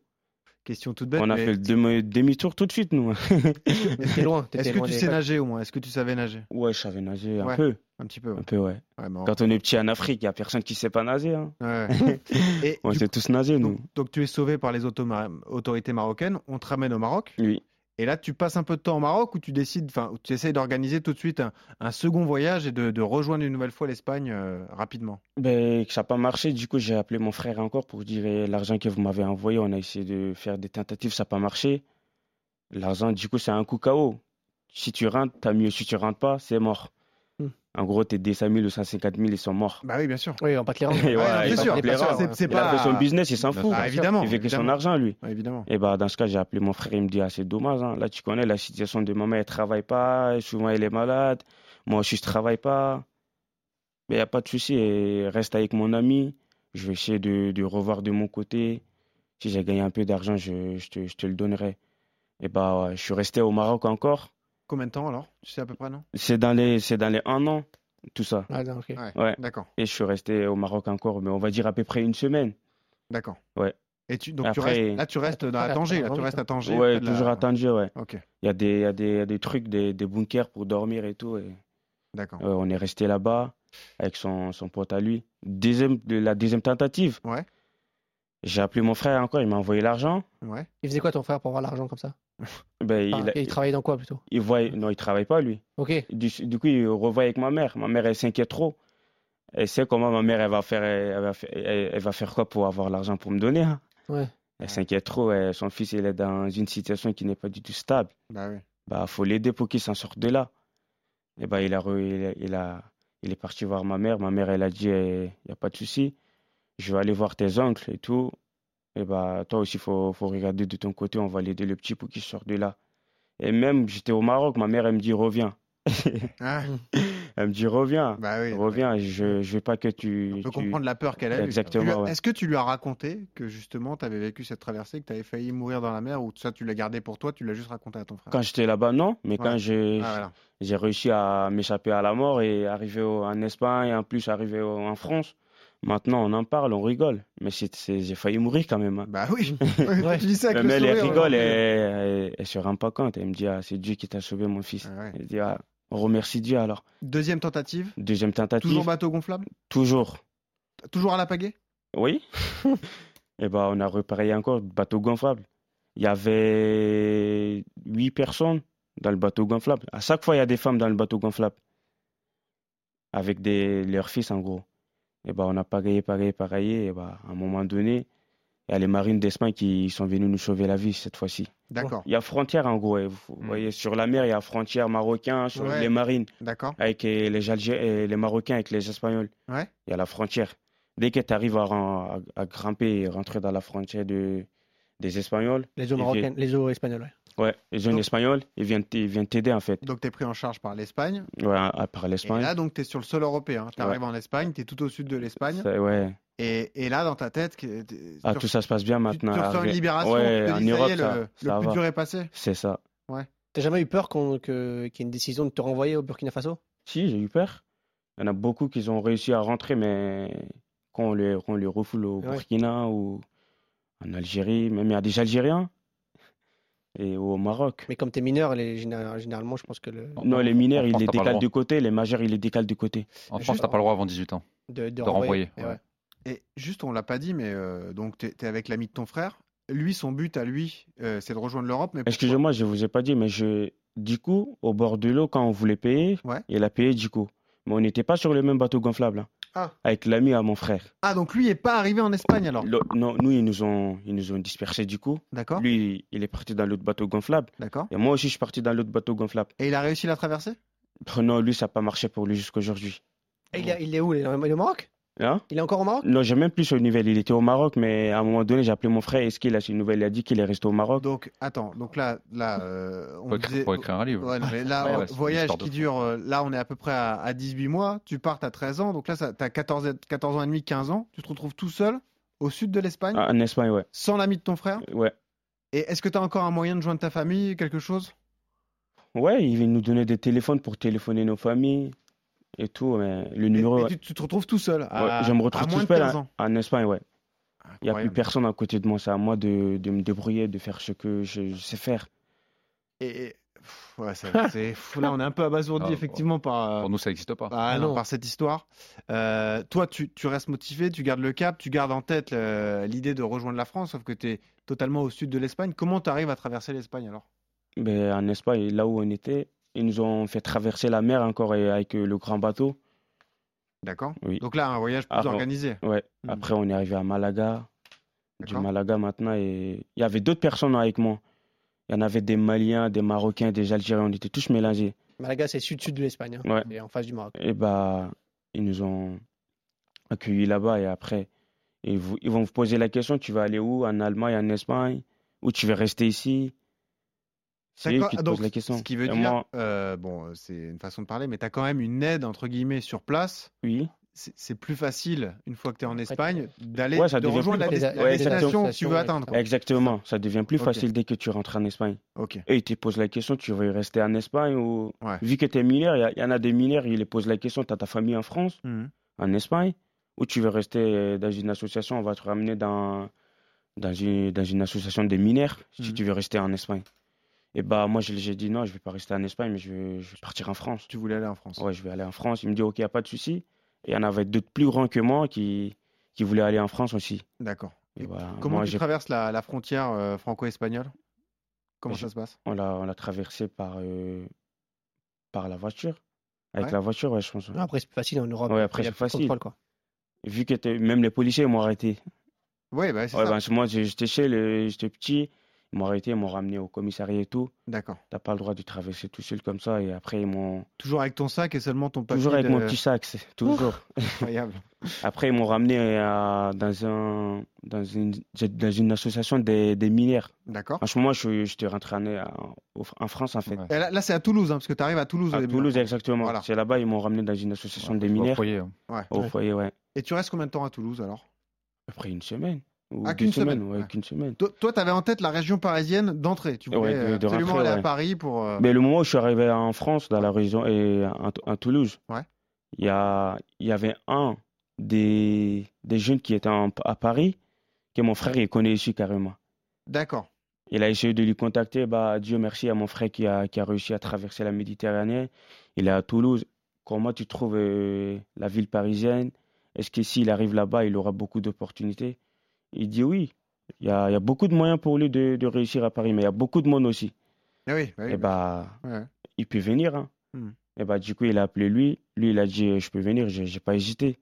Speaker 2: Question toute bête.
Speaker 5: on a
Speaker 2: mais
Speaker 5: fait le demi- demi-tour tout de suite, nous.
Speaker 3: T'es loin. t'étais
Speaker 2: Est-ce que
Speaker 3: loin
Speaker 2: tu
Speaker 3: des-
Speaker 2: sais nager au moins Est-ce que tu savais nager
Speaker 5: Ouais, je savais nager un
Speaker 2: Ouais.
Speaker 5: peu.
Speaker 2: Un petit peu. ouais.
Speaker 5: Un peu, ouais.
Speaker 2: Ouais, mais en-
Speaker 5: Quand on est petit en Afrique, il n'y a personne qui sait pas nager. hein.
Speaker 2: ouais. Et
Speaker 5: On
Speaker 2: du
Speaker 5: s'est
Speaker 2: coup,
Speaker 5: tous nasés, nous.
Speaker 2: donc, donc tu es sauvé par les automa- autorités marocaines. On te ramène au Maroc.
Speaker 5: Oui.
Speaker 2: Et là, tu passes un peu de temps au Maroc ou tu décides, enfin, ou tu essayes d'organiser tout de suite un, un second voyage et de, de rejoindre une nouvelle fois l'Espagne euh, rapidement.
Speaker 5: Ben, que ça n'a pas marché, du coup, j'ai appelé mon frère encore pour dire eh, l'argent que vous m'avez envoyé, on a essayé de faire des tentatives, ça n'a pas marché. L'argent, du coup, c'est un coup KO. Si tu rentres, t'as mieux. Si tu rentres pas, c'est mort.
Speaker 3: Hmm.
Speaker 5: En gros, tes 200 000 ou 150 000, ils sont morts.
Speaker 2: Bah oui, bien sûr.
Speaker 3: Oui, on va pas te les rendre.
Speaker 5: Et ouais,
Speaker 2: non,
Speaker 5: il
Speaker 2: c'est
Speaker 5: s'en
Speaker 2: sûr.
Speaker 5: fout,
Speaker 2: bien
Speaker 5: les
Speaker 2: sûr,
Speaker 5: rats.
Speaker 2: C'est c'est
Speaker 5: hein. Il a
Speaker 2: pas.
Speaker 5: fait son business, il s'en
Speaker 4: Bien
Speaker 5: fout.
Speaker 2: Ah, évidemment.
Speaker 5: Il veut que son
Speaker 2: évidemment.
Speaker 5: argent, lui.
Speaker 2: Ouais, évidemment.
Speaker 5: Et bah, dans ce cas, j'ai appelé mon frère, il me dit, ah, c'est dommage, hein. Là, tu connais la situation de maman, elle travaille pas, et souvent elle est malade, moi aussi je travaille pas. Mais il n'y a pas de souci, et reste avec mon ami, je vais essayer de, de revoir de mon côté. Si j'ai gagné un peu d'argent, je, je te, je te le donnerai. Et bah, ouais, je suis resté au Maroc encore.
Speaker 2: Combien de temps alors Tu sais à peu près, non
Speaker 5: C'est dans les, c'est dans les un an, tout ça.
Speaker 3: Ah, non, ok.
Speaker 5: Ouais,
Speaker 2: D'accord,
Speaker 5: et je suis resté au Maroc encore, mais on va dire à peu près une semaine.
Speaker 2: d'accord.
Speaker 5: Ouais.
Speaker 2: Et tu, donc tu
Speaker 5: Après-
Speaker 2: restes, là, Ah, tu restes dans la
Speaker 3: Après,
Speaker 2: Tanger. Là,
Speaker 3: après,
Speaker 2: tu restes à Tanger.
Speaker 5: Ouais,
Speaker 2: près de la-
Speaker 5: toujours à Tangier, ouais.
Speaker 2: Ok,
Speaker 5: Il y a des, il y a des, il y a des trucs, des, des bunkers pour dormir et tout. Et...
Speaker 2: d'accord.
Speaker 5: Euh, on est resté là-bas avec son, son pote à lui. Deuxième, de- la deuxième tentative.
Speaker 2: Ouais.
Speaker 5: J'ai appelé mon frère encore, il m'a envoyé l'argent.
Speaker 2: Ouais.
Speaker 3: Il faisait quoi ton frère pour avoir l'argent comme ça
Speaker 5: Ben, il,
Speaker 3: Enfin,
Speaker 5: a-
Speaker 3: Et Ah, il travaillait dans quoi plutôt
Speaker 5: il voit, non, il travaille pas lui.
Speaker 3: Ok.
Speaker 5: Du, du coup, il revoit avec ma mère. Ma mère, elle s'inquiète trop. Elle sait comment ma mère, elle va faire, elle, va faire, elle- elle va faire quoi pour avoir l'argent pour me donner. hein.
Speaker 3: Ouais.
Speaker 5: Elle s'inquiète trop. elle- son fils, il est dans une situation qui n'est pas du tout stable.
Speaker 2: Bah oui.
Speaker 5: bah faut l'aider pour qu'il s'en sorte de là. Et bah il a, re- il a, il a- il est parti voir ma mère. Ma mère elle a dit il y a pas de souci, je vais aller voir tes oncles et tout. Et bah toi aussi faut faut regarder de ton côté, on va l'aider le petit pour qu'il sorte de là. Et même j'étais au Maroc, ma mère elle me dit reviens.
Speaker 2: Ah,
Speaker 5: Elle Elle me dit reviens,
Speaker 2: Bah oui.
Speaker 5: reviens, je, je veux pas que tu.
Speaker 2: On peut
Speaker 5: tu-
Speaker 2: comprendre la peur qu'elle a. eue.
Speaker 5: Exactement,
Speaker 2: Tu lui as-
Speaker 5: ouais.
Speaker 2: Est-ce que tu lui as raconté que justement tu avais vécu cette traversée, que tu avais failli mourir dans la mer, ou ça tu l'as gardé pour toi, tu l'as juste raconté à ton frère
Speaker 5: Quand j'étais là-bas, non, mais
Speaker 2: Ouais.
Speaker 5: quand j'ai
Speaker 2: Ah, voilà.
Speaker 5: j'ai réussi à m'échapper à la mort et arriver au- en Espagne et en plus arriver au- en France, maintenant on en parle, on rigole. Mais c'est- c'est- j'ai failli mourir quand même. hein.
Speaker 2: Bah oui. tu dis ça avec
Speaker 5: Mais
Speaker 2: le
Speaker 5: elle elle
Speaker 2: sourire,
Speaker 5: rigole,
Speaker 2: hein.
Speaker 5: elle, elle- elle se rend pas compte. Elle me dit ah, c'est Dieu qui t'a sauvé, mon fils.
Speaker 2: Ah ouais.
Speaker 5: Elle dit ah, remercie Dieu alors.
Speaker 2: Deuxième tentative.
Speaker 5: Deuxième tentative,
Speaker 2: Toujours bateau gonflable.
Speaker 5: toujours.
Speaker 2: Toujours à la pagaie.
Speaker 5: Oui. Et ben, on a repareillé encore le bateau gonflable. Il y avait huit personnes dans le bateau gonflable. À chaque fois, il y a des femmes dans le bateau gonflable. Avec des, leurs fils, en gros. Et ben, on a pagayé, pagayé, pagayé. Et ben, à un moment donné, il y a les marines d'Espagne qui sont venus nous sauver la vie cette fois-ci.
Speaker 2: D'accord.
Speaker 5: Il y a frontière, en gros. et Vous
Speaker 4: Mm.
Speaker 5: voyez, sur la mer, il y a frontière marocain, sur
Speaker 2: Ouais.
Speaker 5: les marines
Speaker 2: D'accord.
Speaker 5: avec euh, les Algé- euh, les Marocains, avec les Espagnols.
Speaker 2: Ouais.
Speaker 5: Il y a la frontière. Dès que tu arrives à, ren- à- à grimper et rentrer dans la frontière de, des Espagnols,
Speaker 3: Les eaux
Speaker 5: Et
Speaker 3: marocaines, les eaux espagnoles. ouais.
Speaker 5: ouais, les jeunes
Speaker 2: Donc-
Speaker 5: Espagnols, ils viennent t- ils viennent t'aider en fait.
Speaker 2: Donc t'es pris en charge par l'Espagne.
Speaker 5: Ouais, à- par
Speaker 2: Et
Speaker 5: l'Espagne.
Speaker 2: là donc t'es sur le sol européen. T'arrives en Espagne, t'es tout au sud de l'Espagne.
Speaker 5: Ça- ouais.
Speaker 2: Et, et là dans ta tête, que- t'es-
Speaker 5: Ah,
Speaker 2: tu-
Speaker 5: tout ça se passe bien
Speaker 2: tu, tu
Speaker 5: maintenant.
Speaker 2: ressens une
Speaker 5: Arrête.
Speaker 2: libération.
Speaker 5: Ouais,
Speaker 2: tu te
Speaker 5: en
Speaker 2: dis, ça y
Speaker 5: Europe,
Speaker 2: est,
Speaker 5: ça-
Speaker 2: le,
Speaker 5: ça
Speaker 2: le plus
Speaker 5: va.
Speaker 2: dur est passé.
Speaker 5: C'est ça.
Speaker 3: T'as jamais eu peur qu'on- que- qu'il y ait une décision de te renvoyer au Burkina Faso
Speaker 5: Si, j'ai eu peur. Il y en a beaucoup qui ont réussi à rentrer, mais quand on les, quand on les refoule au
Speaker 3: Ouais.
Speaker 5: Burkina ou en Algérie, même il y a des Algériens et au Maroc.
Speaker 3: Mais comme t'es mineur, les, général- généralement, je pense que le,
Speaker 5: Non, les mineurs,
Speaker 4: En
Speaker 5: ils
Speaker 4: France,
Speaker 5: les
Speaker 4: t'as pas le
Speaker 5: décalent
Speaker 4: droit.
Speaker 5: de côté, les majeurs, ils les décalent de côté.
Speaker 4: En
Speaker 3: Juste
Speaker 4: France, t'as
Speaker 3: en-
Speaker 4: pas le droit avant 18 ans.
Speaker 3: de, de,
Speaker 4: renvoyer,
Speaker 3: Et
Speaker 4: ouais.
Speaker 2: Et juste, on l'a pas dit, mais euh, donc t'es es avec l'ami de ton frère. Lui, son but à lui, euh, c'est de rejoindre l'Europe. Mais pourquoi
Speaker 5: Excusez-moi, je vous ai pas dit, mais je, du coup, au bord de l'eau, quand on voulait payer,
Speaker 2: Ouais.
Speaker 5: il a payé du coup. Mais on n'était pas sur le même bateau gonflable, hein,
Speaker 2: Ah.
Speaker 5: avec l'ami à mon frère.
Speaker 2: Ah, donc lui est pas arrivé en Espagne alors.
Speaker 5: Le- non, nous, ils nous ont, ils nous ont dispersés du coup.
Speaker 2: D'accord,
Speaker 5: Lui, il est parti dans l'autre bateau gonflable.
Speaker 2: d'accord.
Speaker 5: Et moi aussi, je suis parti dans l'autre bateau gonflable.
Speaker 2: Et il a réussi la traversée
Speaker 5: Pff, Non, lui, ça n'a pas marché pour lui jusqu'aujourd'hui.
Speaker 3: il, est- il est où Il est au- il est au Maroc
Speaker 5: Hein
Speaker 3: Il est encore au Maroc
Speaker 5: non, j'ai même plus sur une nouvelle. Il était au Maroc, mais à un moment donné, j'ai appelé mon frère. Est-ce qu'il a une nouvelle Il a dit qu'il est resté au Maroc.
Speaker 2: Donc, attends, donc là, là euh, on
Speaker 4: Pour écrire,
Speaker 2: disait-
Speaker 4: pour écrire un livre.
Speaker 2: Ouais, non, mais là,
Speaker 4: Ouais,
Speaker 2: euh,
Speaker 4: ouais, c'est une
Speaker 2: voyage
Speaker 4: histoire de
Speaker 2: qui
Speaker 4: fou.
Speaker 2: dure, euh, là, on est à peu près à, à 18 mois, tu partes à 13 ans, donc là, ça- t'as 14, et- 14 ans et demi, 15 ans, tu te retrouves tout seul, au sud de l'Espagne,
Speaker 5: Ah, En Espagne, ouais.
Speaker 2: sans l'ami de ton frère.
Speaker 5: Ouais.
Speaker 2: Et est-ce que t'as encore un moyen de joindre ta famille, quelque chose
Speaker 5: Ouais, ils nous donnaient des téléphones pour téléphoner nos familles et tout, mais le numéro.
Speaker 2: Et- et
Speaker 5: ouais.
Speaker 2: tu, tu te retrouves tout seul. À,
Speaker 5: Ouais, je me retrouve
Speaker 2: à
Speaker 5: tout
Speaker 2: moins de
Speaker 5: seul hein.
Speaker 2: 15
Speaker 5: en-
Speaker 2: ans.
Speaker 5: en Espagne, ouais. Il n'y a plus
Speaker 2: Incroyable.
Speaker 5: personne à côté de moi, c'est à moi de, de me débrouiller, de faire ce que je, je sais faire.
Speaker 2: Et, et- pff, ouais, ça- c'est fou. Là, on est un peu abasourdi,
Speaker 4: Ah, bon.
Speaker 2: effectivement, par, euh,
Speaker 4: Pour nous, ça n'existe pas.
Speaker 2: Ah
Speaker 3: Ah
Speaker 2: non,
Speaker 3: non.
Speaker 2: par cette histoire. Euh, toi, tu, tu restes motivé, tu gardes le cap, tu gardes en tête euh, l'idée de rejoindre la France, sauf que tu es totalement au sud de l'Espagne. Comment tu arrives à traverser l'Espagne alors
Speaker 5: Mais en Espagne, là où on était, ils nous ont fait traverser la mer encore et- avec euh, le grand bateau.
Speaker 2: D'accord
Speaker 5: Oui.
Speaker 2: Donc là, un voyage plus
Speaker 5: Ah, bon.
Speaker 2: organisé.
Speaker 5: Ouais.
Speaker 2: Mhm.
Speaker 5: Après, on est arrivé à Malaga, du
Speaker 2: D'accord.
Speaker 5: Malaga maintenant, et il y avait d'autres personnes avec moi. Il y en avait des Maliens, des Marocains, des Algériens, on était tous mélangés.
Speaker 3: Malaga, c'est sud-sud de l'Espagne. hein.
Speaker 5: Ouais.
Speaker 3: Et en face du Maroc.
Speaker 5: Et bah, ils nous ont accueillis là-bas et après, ils, vous- ils vont vous poser la question, tu vas aller où? En Allemagne, en Espagne? Ou tu vas rester ici? C'est eux
Speaker 2: D'accord, ah,
Speaker 5: qui te
Speaker 2: donc,
Speaker 5: posent la question.
Speaker 2: Ce qui veut
Speaker 5: Et
Speaker 2: dire,
Speaker 5: moi,
Speaker 2: euh, bon, euh, c'est une façon de parler, mais tu as quand même une aide, entre guillemets, sur place.
Speaker 5: oui.
Speaker 2: C'est c'est plus facile, une fois que tu es en
Speaker 3: Après,
Speaker 2: Espagne, d'aller
Speaker 5: Ouais, ça
Speaker 2: de
Speaker 5: devient plus
Speaker 2: rejoindre la,
Speaker 3: facile.
Speaker 2: dé- la
Speaker 5: Ouais,
Speaker 2: destination que tu veux
Speaker 3: exactement.
Speaker 2: atteindre. quoi.
Speaker 5: Exactement, ça devient plus
Speaker 2: Ah. Ok.
Speaker 5: facile dès que tu rentres en Espagne.
Speaker 2: Ok.
Speaker 5: Et ils te posent la question, tu veux rester en Espagne ou...
Speaker 2: Ouais.
Speaker 5: Vu que tu es mineur, il y a- il y, en a des mineurs, ils les posent la question, tu as ta famille en France,
Speaker 2: Mhm.
Speaker 5: en Espagne, ou tu veux rester euh, dans une association, on va te ramener dans, dans, une, dans une association des mineurs, si
Speaker 2: Mhm.
Speaker 5: tu veux rester en Espagne. Et bah moi, je- j'ai dit non, je vais pas rester en Espagne, mais je vais, je vais partir en France.
Speaker 2: Tu voulais aller en France.
Speaker 5: Ouais, je vais aller en France. Il me dit, ok, y a pas de souci. Et il y en avait d'autres plus grands que moi qui, qui voulaient aller en France aussi.
Speaker 2: D'accord.
Speaker 5: Et voilà,
Speaker 2: Comment
Speaker 5: moi,
Speaker 2: tu
Speaker 5: j'ai-
Speaker 2: traverses la, la frontière euh, franco-espagnole Comment
Speaker 5: Je-
Speaker 2: ça se passe
Speaker 5: on l'a on l'a traversé par, euh, par la voiture. Avec
Speaker 2: Ouais.
Speaker 5: la voiture, ouais, je pense. ouais.
Speaker 3: Après, c'est plus facile en Europe.
Speaker 5: Ouais, après,
Speaker 3: Ah, Il y a
Speaker 5: c'est
Speaker 3: plus de
Speaker 5: facile.
Speaker 3: contrôle, quoi.
Speaker 5: Vu que t'es- même les policiers ils m'ont arrêté.
Speaker 2: Oui, bah, c'est
Speaker 5: Ouais,
Speaker 2: ça.
Speaker 5: ben, c'est moi, j'étais chez le- j'étais petit. Ils m'ont arrêté, ils m'ont ramené au commissariat et tout.
Speaker 2: D'accord.
Speaker 5: T'as pas le droit de traverser tout seul comme ça. Et après, ils m'ont.
Speaker 2: Toujours avec ton sac et seulement ton papier.
Speaker 5: Toujours avec
Speaker 2: de-
Speaker 5: mon petit sac, c'est- toujours.
Speaker 2: Incroyable.
Speaker 5: Après, ils m'ont ramené à- dans, un, dans, une, dans une association des, des mineurs.
Speaker 2: D'accord.
Speaker 5: En ce moment, je, suis- j'étais rentré en, en- en France, en fait.
Speaker 4: Ouais.
Speaker 2: Et Là, là, c'est à Toulouse, hein, parce que tu arrives à Toulouse. au
Speaker 5: À
Speaker 2: début.
Speaker 5: Toulouse, exactement.
Speaker 2: Voilà.
Speaker 5: C'est là-bas, ils m'ont ramené dans une association des
Speaker 4: Au
Speaker 5: mineurs.
Speaker 4: foyer, hein.
Speaker 2: Ouais.
Speaker 5: Au foyer, ouais.
Speaker 2: Et tu restes combien de temps à Toulouse alors
Speaker 5: Après une semaine. Ou
Speaker 2: Ah,
Speaker 5: deux
Speaker 2: qu'une
Speaker 5: semaines,
Speaker 2: semaine,
Speaker 5: ouais,
Speaker 2: ouais.
Speaker 5: qu'une semaine.
Speaker 2: Toi- Toi, tu avais en tête la région parisienne d'entrée. Tu voulais
Speaker 5: Ouais, de-
Speaker 2: euh,
Speaker 5: de
Speaker 2: absolument
Speaker 5: rentrer,
Speaker 2: aller à
Speaker 5: ouais.
Speaker 2: Paris pour. euh,
Speaker 5: Mais le moment où je suis arrivé en France, dans la région, et en, en Toulouse,
Speaker 2: Ouais.
Speaker 5: il y, a, il y avait un des, des jeunes qui était en- à Paris, que mon frère, il connaît ici carrément.
Speaker 2: D'accord.
Speaker 5: Il a essayé de lui contacter. Bah, Dieu merci à mon frère qui a, qui a réussi à traverser la Méditerranée. Il est à Toulouse. Comment tu trouves euh, la ville parisienne? Est-ce que s'il arrive là-bas, il aura beaucoup d'opportunités? Il dit oui. Il y a, il y a beaucoup de moyens pour lui de, de réussir à Paris, mais il y a beaucoup de monde aussi.
Speaker 2: Eh oui, bah oui,
Speaker 5: Et bah,
Speaker 2: ouais.
Speaker 5: il peut venir. hein.
Speaker 2: Hmm.
Speaker 5: Et bah, du coup, il a appelé lui. Lui, il a dit, euh, je peux venir. J'ai, j'ai pas hésité.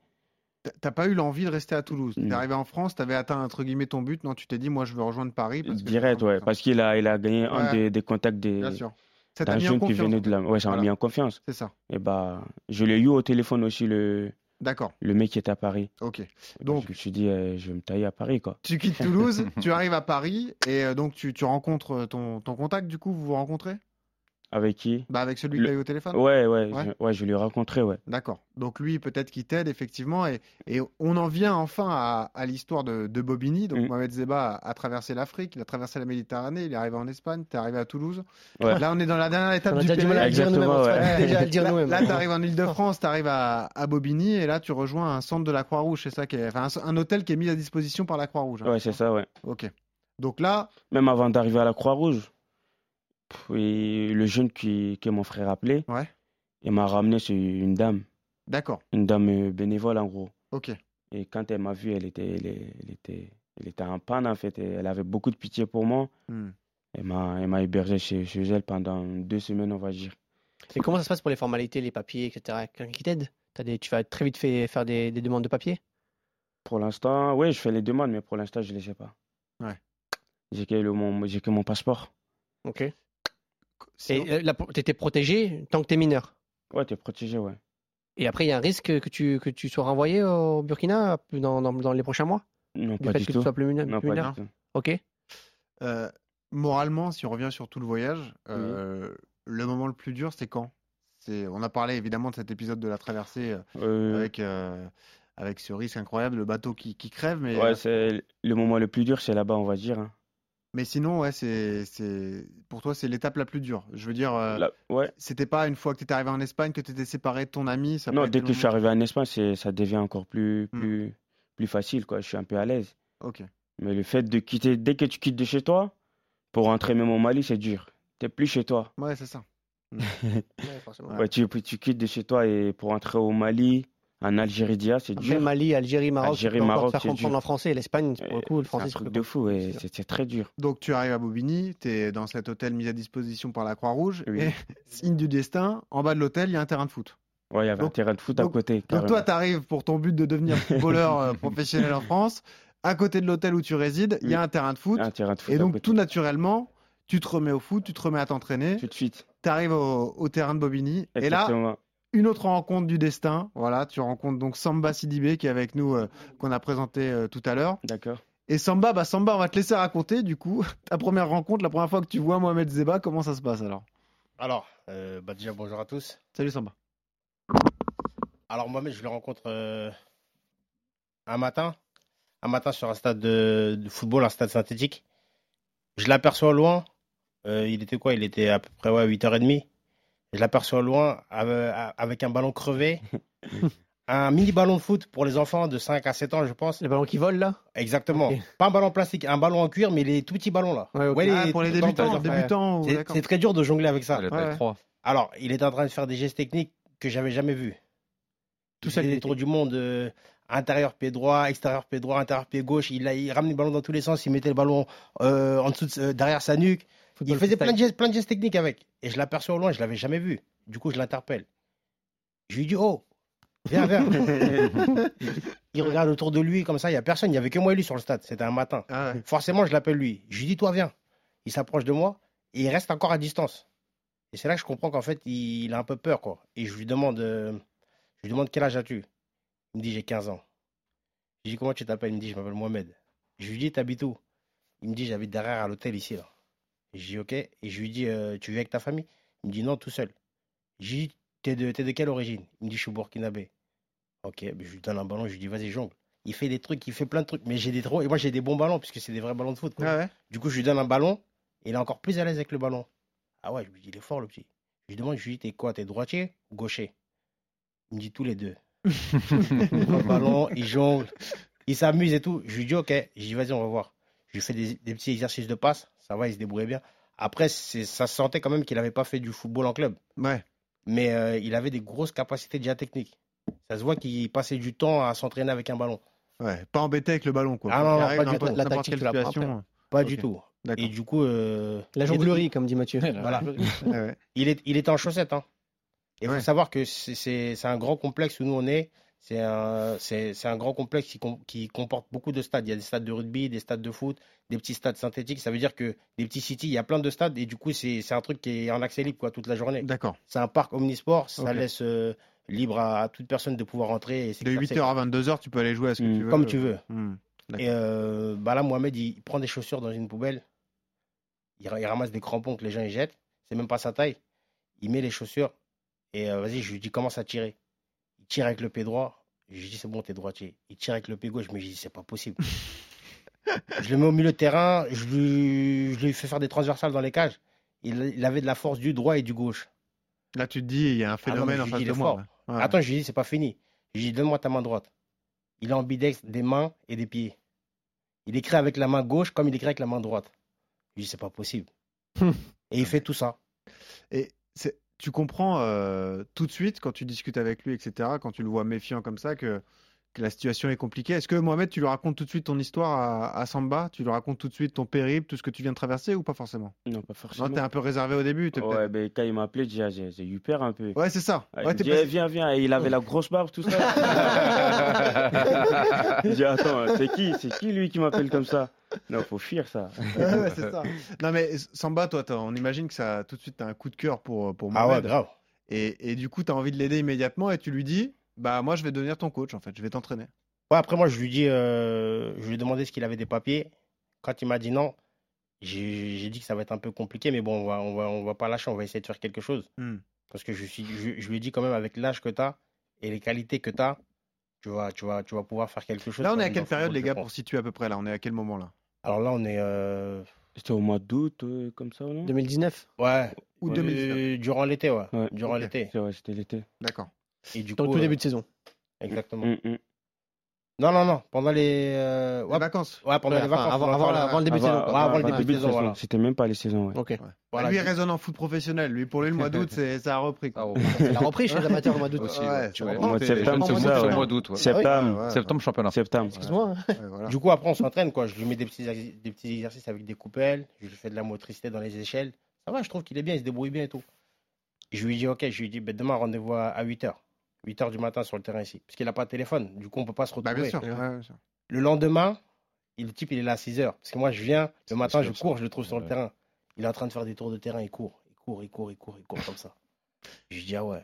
Speaker 2: T'as- T'as pas eu l'envie de rester à Toulouse. T'es
Speaker 5: Non.
Speaker 2: arrivé en France, t'avais atteint entre guillemets ton but. Non, tu t'es dit, moi, je veux rejoindre Paris. Parce que
Speaker 5: Direct, ouais, parce qu'il a, il a gagné un
Speaker 2: Ouais.
Speaker 5: des, des contacts des,
Speaker 2: Bien sûr. Ça t'a
Speaker 5: d'un
Speaker 2: mis en
Speaker 5: jeune qui venait
Speaker 2: confiance.
Speaker 5: de la, ouais, ça m'a
Speaker 2: Voilà.
Speaker 5: mis en confiance.
Speaker 2: C'est ça.
Speaker 5: Et bah, je l'ai eu au téléphone aussi, le,
Speaker 2: D'accord.
Speaker 5: le mec qui était à Paris.
Speaker 2: Ok.
Speaker 5: Et bah,
Speaker 2: Donc-
Speaker 5: je me suis dit, euh, je vais me tailler à Paris, quoi.
Speaker 2: Tu quittes Toulouse, tu arrives à Paris et euh, donc tu, tu rencontres euh, ton, ton contact. Du coup, vous vous rencontrez
Speaker 5: Avec qui?
Speaker 2: Bah avec celui
Speaker 5: Le-
Speaker 2: que t'as eu au téléphone.
Speaker 5: Ouais, ouais,
Speaker 2: Ouais.
Speaker 5: Je, ouais, je l'ai rencontré, ouais.
Speaker 2: D'accord. Donc lui, peut-être qu'il t'aide, effectivement. Et, et on en vient enfin à, à l'histoire de, de Bobigny. Donc
Speaker 5: Mm.
Speaker 2: Mohamed Zeba a, a traversé l'Afrique, il a traversé la Méditerranée, il est arrivé en Espagne, t'es arrivé à Toulouse.
Speaker 5: Ouais.
Speaker 2: Là, on est dans la dernière étape
Speaker 3: On a
Speaker 2: du
Speaker 3: déjà du mal à le dire
Speaker 5: Exactement,
Speaker 3: nous-mêmes. on se fait
Speaker 5: ouais.
Speaker 3: déjà à le dire
Speaker 2: Là-
Speaker 3: nous-mêmes. hein.
Speaker 2: Là, tu arrives en Ile-de-France, tu arrives à, à Bobigny et là, tu rejoins un centre de la Croix-Rouge, c'est ça qui est, enfin, un, un hôtel qui est mis à disposition par la Croix-Rouge. hein.
Speaker 5: Ouais, c'est ça, ouais.
Speaker 2: Ok. Donc là,
Speaker 5: Même avant d'arriver à la Croix-Rouge, pff, et le jeune qui, que mon frère appelé,
Speaker 2: Ouais.
Speaker 5: il m'a ramené sur une dame,
Speaker 2: d'accord.
Speaker 5: une dame euh, bénévole, en gros.
Speaker 2: Ok.
Speaker 5: Et quand elle m'a vu, elle était, elle, est- elle était, elle était en panne, en fait. et elle avait beaucoup de pitié pour moi.
Speaker 2: Hmm.
Speaker 5: Elle m'a, elle m'a hébergé chez, chez elle pendant deux semaines, on va dire.
Speaker 3: Et comment ça se passe pour les formalités, les papiers, etc. Quelqu'un qui t'aide T'as des- Tu vas très vite fait faire des, des demandes de papiers
Speaker 5: Pour l'instant, oui, je fais les demandes, mais pour l'instant, je ne les sais pas.
Speaker 2: Ouais.
Speaker 5: J'ai que, le- mon, j'ai que mon passeport.
Speaker 3: Ok. Et
Speaker 2: Sinon-
Speaker 3: euh, là, pour- t'étais protégé tant que t'es mineur.
Speaker 5: Ouais, t'es protégé, ouais.
Speaker 3: Et après, il y a un risque que tu, que tu sois renvoyé au Burkina dans, dans- dans les prochains mois
Speaker 5: Non,
Speaker 3: Du
Speaker 5: pas
Speaker 3: fait
Speaker 5: du
Speaker 3: que
Speaker 5: tout.
Speaker 3: tu sois plus mineur
Speaker 5: Non,
Speaker 3: plus
Speaker 5: pas
Speaker 3: mineur
Speaker 5: du tout.
Speaker 3: Ok.
Speaker 2: Euh, moralement, si on revient sur tout le voyage, euh, le moment le plus dur, c'est quand C'est, on a parlé évidemment de cet épisode de la traversée euh,
Speaker 5: Euh,
Speaker 2: avec euh, avec ce risque incroyable, le bateau qui, qui crève, mais
Speaker 5: ouais, c'est le moment le plus dur, c'est là-bas, on va dire. hein.
Speaker 2: mais sinon, ouais, c'est c'est pour toi, c'est l'étape la plus dure. Je veux dire, euh,
Speaker 5: Là- ouais.
Speaker 2: c'était pas une fois que tu étais arrivé en Espagne que tu étais séparé de ton ami. Ça
Speaker 5: Non,
Speaker 2: peut
Speaker 5: dès
Speaker 2: être
Speaker 5: que je suis
Speaker 2: long.
Speaker 5: arrivé en Espagne, c'est- ça devient encore plus,
Speaker 2: Hmm.
Speaker 5: plus, plus facile, quoi. Je suis un peu à l'aise.
Speaker 2: Ok.
Speaker 5: Mais le fait de quitter, dès que tu quittes de chez toi, pour rentrer même au Mali, c'est dur. T'es plus chez toi.
Speaker 2: Ouais, c'est ça. Mmh.
Speaker 3: Ouais, forcément.
Speaker 5: Ouais, tu, tu quittes de chez toi et pour rentrer au Mali, en Algérie, Dia, c'est
Speaker 3: Après,
Speaker 5: dur.
Speaker 3: Mali, Algérie, Maroc, tu
Speaker 5: Algérie,
Speaker 3: peux encore
Speaker 5: Maroc,
Speaker 3: te faire
Speaker 5: c'est
Speaker 3: comprendre
Speaker 5: dur.
Speaker 3: en français. L'Espagne, pour le
Speaker 5: Euh,
Speaker 3: coup, le
Speaker 5: C'est un
Speaker 3: français,
Speaker 5: truc
Speaker 3: c'est
Speaker 5: de fou,
Speaker 3: C'est
Speaker 5: ouais.
Speaker 3: sûr.
Speaker 5: C'est c'est très dur.
Speaker 2: Donc tu arrives à Bobigny, tu es dans cet hôtel mis à disposition par la Croix-Rouge
Speaker 5: Oui.
Speaker 2: et signe du destin, en bas de l'hôtel, il y a un terrain de foot.
Speaker 5: Ouais, il y avait
Speaker 2: Donc-
Speaker 5: un terrain de foot
Speaker 2: donc-
Speaker 5: à côté.
Speaker 2: Donc
Speaker 5: carrément.
Speaker 2: toi, tu arrives pour ton but de devenir footballeur euh, professionnel en France. À côté de l'hôtel où tu résides, il y a
Speaker 5: Oui.
Speaker 2: un terrain de foot.
Speaker 5: Mm. un terrain de foot
Speaker 2: Et
Speaker 5: à
Speaker 2: donc,
Speaker 5: côté.
Speaker 2: tout naturellement, tu te remets au foot, tu te remets à t'entraîner.
Speaker 5: Tout de suite.
Speaker 2: Tu arrives au, au terrain de Bobigny. Et là,
Speaker 5: Exactement.
Speaker 2: une autre rencontre du destin. Voilà, tu rencontres donc Samba Sidibé qui est avec nous, euh, qu'on a présenté euh, tout à l'heure.
Speaker 5: D'accord.
Speaker 2: Et Samba, bah Samba, on va te laisser raconter du coup ta première rencontre, la première fois que tu vois Mohamed Zeba, comment ça se passe alors
Speaker 7: Alors, euh, bah déjà bonjour à tous.
Speaker 2: Salut Samba.
Speaker 7: Alors moi-même, je le rencontre euh, un matin, un matin sur un stade de, de football, un stade synthétique. Je l'aperçois au loin. Euh, il était quoi? Il était à peu près ouais, 8h30. Je l'aperçois au loin ave- a- avec un ballon crevé, un mini ballon de foot pour les enfants de 5 à 7 ans, je pense.
Speaker 3: Les ballons qui volent, là
Speaker 7: Exactement.
Speaker 3: Ok.
Speaker 7: Pas un ballon en plastique, un ballon en cuir, mais les tout petits ballons là.
Speaker 3: Ouais, ok.
Speaker 7: Ouais,
Speaker 2: Ah, pour les
Speaker 7: dans-
Speaker 2: débutants,
Speaker 7: dans-
Speaker 2: débutants,
Speaker 7: C'est
Speaker 2: Oh, d'accord.
Speaker 7: c'est très dur de jongler avec ça.
Speaker 4: Elle est
Speaker 2: Ouais,
Speaker 4: taille
Speaker 2: Ah, ouais.
Speaker 4: 3.
Speaker 7: Alors, il était en train de faire des gestes techniques que j'avais jamais vus.
Speaker 3: Tout
Speaker 7: Tout
Speaker 3: ça
Speaker 7: ça,
Speaker 3: qu'il
Speaker 7: les tours du monde, euh, intérieur pied droit, extérieur pied droit, intérieur pied gauche. Il, a, il ramenait le ballon dans tous les sens. Il mettait le ballon euh, en dessous, de- euh, derrière sa nuque.
Speaker 3: Football
Speaker 7: Il faisait
Speaker 3: freestyle.
Speaker 7: plein de gestes, plein de gestes techniques avec. Et je l'aperçois au loin. Je l'avais jamais vu. Du coup, je l'interpelle. Je lui dis oh, viens, viens. il regarde autour de lui comme ça. Il y a personne. Il y avait que moi et lui sur le stade. C'était un matin.
Speaker 2: Ah ouais.
Speaker 7: Forcément, je l'appelle lui. Je lui dis toi, viens. il s'approche de moi et il reste encore à distance. Et c'est là que je comprends qu'en fait, il, il a un peu peur, quoi. Et je lui demande, euh, je lui demande quel âge as-tu Il me dit, j'ai 15 ans. Je lui dis, comment tu t'appelles Il me dit, je m'appelle Mohamed. Je lui dis, t'habites où Il me dit, j'habite derrière à l'hôtel ici, là. Et je dis, ok. Et je lui dis, euh, tu vis avec ta famille Il me dit, non, tout seul. Je lui dis, t'es de, t'es de quelle origine Il me dit, je suis burkinabé. Ok, ben, je lui donne un ballon, je lui dis, vas-y, jongle. Il fait des trucs, il fait plein de trucs, mais j'ai des trop. Et moi, j'ai des bons ballons, puisque c'est des vrais ballons de foot. quoi.
Speaker 2: Ah ouais
Speaker 7: Du coup, je lui donne un ballon, et il est encore plus à l'aise avec le ballon. Ah ouais, je lui dis, il est fort, le petit. Je lui demande, je lui dis, t'es quoi, t'es droitier ou gaucher Il me dit, tous les deux. il prend le ballon, il jongle, il s'amuse et tout. Je lui dis, ok, je dis, vas-y, on va voir. Je lui fais des, des petits exercices de passe, ça va, il se débrouillait bien. Après, c'est- ça se sentait quand même qu'il n'avait pas fait du football en club,
Speaker 2: Ouais.
Speaker 7: mais euh, il avait des grosses capacités déjà techniques. Ça se voit qu'il passait du temps à s'entraîner avec un ballon.
Speaker 2: Ouais, pas embêté avec le ballon, quoi.
Speaker 7: Ah non, non,
Speaker 2: Carré,
Speaker 7: pas
Speaker 2: dans
Speaker 7: du tout.
Speaker 2: n'importe
Speaker 3: La
Speaker 2: quelle
Speaker 3: tactique, tu la prends
Speaker 2: situation.
Speaker 7: Pas
Speaker 2: Ok.
Speaker 7: du tout.
Speaker 2: D'accord.
Speaker 7: Et du coup, euh,
Speaker 3: La
Speaker 7: il était-
Speaker 3: jonglerie, comme dit Mathieu.
Speaker 7: Voilà.
Speaker 2: Ah ouais.
Speaker 7: il est, il est en chaussettes. Hein. Et il
Speaker 2: Ouais.
Speaker 7: faut savoir que c'est- c'est c'est un grand complexe où nous on est. C'est un, c'est- c'est un grand complexe qui, com- qui comporte beaucoup de stades. Il y a des stades de rugby, des stades de foot, des petits stades synthétiques. Ça veut dire que des petits cities, il y a plein de stades. Et du coup, c'est c'est un truc qui est en accès libre quoi, toute la journée.
Speaker 2: D'accord.
Speaker 7: C'est un parc omnisport. Ça
Speaker 2: Ok.
Speaker 7: laisse euh, libre à, à toute personne de pouvoir entrer. Et
Speaker 2: De
Speaker 7: s'exercer,
Speaker 2: 8h à 22h, tu peux aller jouer à ce que
Speaker 5: Mm.
Speaker 2: tu veux.
Speaker 7: Comme tu veux.
Speaker 2: Mm.
Speaker 7: Et euh, bah là, Mohamed, il, il prend des chaussures dans une poubelle. Il, ra- il ramasse des crampons que les gens y jettent. C'est même pas sa taille. Il met les chaussures. Et euh, vas-y, je lui dis, commence à tirer. Il tire avec le pied droit. Je lui dis, c'est bon, t'es droitier. Il tire avec le pied gauche. Mais je lui dis, c'est pas possible. je le mets au milieu de terrain. Je lui, je lui fais faire des transversales dans les cages. Il, il avait de la force du droit et du gauche.
Speaker 2: Là, tu te dis, il y a un phénomène
Speaker 7: Ah mais
Speaker 2: en
Speaker 7: je
Speaker 2: face
Speaker 7: dis, il
Speaker 2: de
Speaker 7: est
Speaker 2: moi.
Speaker 7: fort.
Speaker 2: là. Ouais.
Speaker 7: Attends, je lui dis, c'est pas fini. Je lui dis, donne-moi ta main droite. Il est ambidex des mains et des pieds. Il écrit avec la main gauche comme il écrit avec la main droite. Je lui dis, c'est pas possible. et il fait tout ça.
Speaker 2: Et c'est- tu comprends euh, tout de suite quand tu discutes avec lui, etc., quand tu le vois méfiant comme ça, que, que la situation est compliquée. Est-ce que Mohamed, tu lui racontes tout de suite ton histoire à, à Samba Tu lui racontes tout de suite ton périple, tout ce que tu viens de traverser ou pas forcément
Speaker 5: Non, pas
Speaker 2: Non,
Speaker 5: forcément.
Speaker 2: t'es un peu réservé au début. t'es
Speaker 5: ouais, ben, quand il m'a appelé, déjà, j'ai j'ai eu peur un peu.
Speaker 2: peut-être- ouais c'est ça.
Speaker 5: Ah, il
Speaker 2: Ouais,
Speaker 5: me
Speaker 2: t'es
Speaker 5: dit,
Speaker 2: pas-
Speaker 5: Eh, viens, viens. Et il avait la grosse barbe, tout ça. J'ai dit, attends, c'est qui C'est qui lui qui m'appelle comme ça Non, faut fuir ça.
Speaker 2: Ouais, ouais,
Speaker 3: Euh,
Speaker 2: c'est ça. Non, mais Samba, toi, t'as- on imagine que ça, tout de suite, t'as un coup de cœur pour, euh, pour
Speaker 7: Ah ouais,
Speaker 2: Mohamed.
Speaker 7: grave.
Speaker 2: et, et du coup, t'as envie de l'aider immédiatement et tu lui dis Bah, moi, je vais devenir ton coach, en fait, je vais t'entraîner.
Speaker 7: Ouais, après, moi, je lui dis, euh, je lui ai demandé s'il avait des papiers. Quand il m'a dit non, j'ai j'ai dit que ça va être un peu compliqué, mais bon, on va, on va, on va pas lâcher, on va essayer de faire quelque chose.
Speaker 2: Hmm.
Speaker 7: Parce que je, suis, je, je lui ai dit quand même, avec l'âge que tu as et les qualités que tu as, tu vas, tu, vas, tu vas pouvoir faire quelque chose.
Speaker 2: Là, on
Speaker 7: quand
Speaker 2: est à
Speaker 7: même
Speaker 2: quelle
Speaker 7: dans le
Speaker 2: période,
Speaker 7: football,
Speaker 2: les
Speaker 7: je
Speaker 2: gars,
Speaker 7: pense.
Speaker 2: pour situer à peu près là On est à quel moment là
Speaker 7: Alors là, on est. euh,
Speaker 5: C'était au mois d'août, euh, comme ça, non
Speaker 3: 2019.
Speaker 7: Ouais.
Speaker 2: Ou
Speaker 5: Ouais.
Speaker 2: 2019
Speaker 7: Euh, durant l'été, ouais.
Speaker 5: Ouais.
Speaker 7: Durant
Speaker 2: Ok.
Speaker 7: l'été.
Speaker 5: C'est vrai, c'était l'été.
Speaker 2: D'accord.
Speaker 7: Et du
Speaker 3: Dans le
Speaker 7: coup,
Speaker 3: tout
Speaker 7: euh,
Speaker 3: début de saison.
Speaker 7: exactement.
Speaker 5: Mm, mm.
Speaker 7: Non, non, non. Pendant les. euh,
Speaker 2: Les
Speaker 7: Ouais,
Speaker 2: vacances.
Speaker 7: ouais, pendant
Speaker 3: Ouais,
Speaker 7: les
Speaker 3: enfin,
Speaker 7: vacances.
Speaker 3: avant,
Speaker 7: on en
Speaker 3: avant
Speaker 7: parle,
Speaker 3: la-
Speaker 7: hein.
Speaker 3: avant le début de
Speaker 5: Avant-
Speaker 3: saison. quoi.
Speaker 5: avant
Speaker 7: avant le
Speaker 5: le
Speaker 7: début
Speaker 5: Ah,
Speaker 7: de
Speaker 5: bah, début de
Speaker 7: saison,
Speaker 5: saison.
Speaker 7: voilà.
Speaker 5: C'était même pas les saisons, ouais.
Speaker 3: Ok.
Speaker 7: Voilà,
Speaker 2: lui, il
Speaker 7: du-
Speaker 2: résonne en foot professionnel. Lui, pour lui, le mois d'août, c'est- ça a repris. quoi.
Speaker 4: Ah, au-
Speaker 3: C'est la reprise chez les amateurs au mois d'août.
Speaker 4: aussi,
Speaker 2: Ouais,
Speaker 4: ouais,
Speaker 2: tu
Speaker 4: ouais.
Speaker 2: comprends,
Speaker 5: Au mois de
Speaker 2: t'es-
Speaker 5: septembre,
Speaker 2: t'es-
Speaker 5: tout
Speaker 2: t'es-
Speaker 5: ça,
Speaker 2: t'es-
Speaker 5: ouais.
Speaker 4: mois d'août, ouais.
Speaker 7: Ah
Speaker 5: Septembre,
Speaker 2: Ouais, ouais,
Speaker 4: Septembre, championnat.
Speaker 5: septembre.
Speaker 3: Excuse-moi. hein.
Speaker 2: ouais, voilà.
Speaker 7: Du coup, après, on s'entraîne, quoi. Je lui mets des petits, ex- des petits exercices avec des coupelles. Je lui fais de la motricité dans les échelles. Ça va, je trouve qu'il est bien, il se débrouille bien et tout. Je lui dis, ok, je lui dis, ben, demain, rendez-vous à- à 8h. 8h du matin sur le terrain ici. Parce qu'il n'a pas de téléphone. Du coup, on peut pas se
Speaker 2: Bah,
Speaker 7: retrouver.
Speaker 2: bien sûr. ouais, bien sûr.
Speaker 7: Le lendemain, il- le type, il est là à 6 heures. Parce que moi, je viens,
Speaker 4: C'est
Speaker 7: le matin, je
Speaker 4: sûr, ça.
Speaker 7: cours, je le trouve sur le
Speaker 4: Ouais.
Speaker 7: terrain. Il est en train de faire des tours de terrain, il court, il court, il court, il court, il court comme ça. Je dis, ah ouais.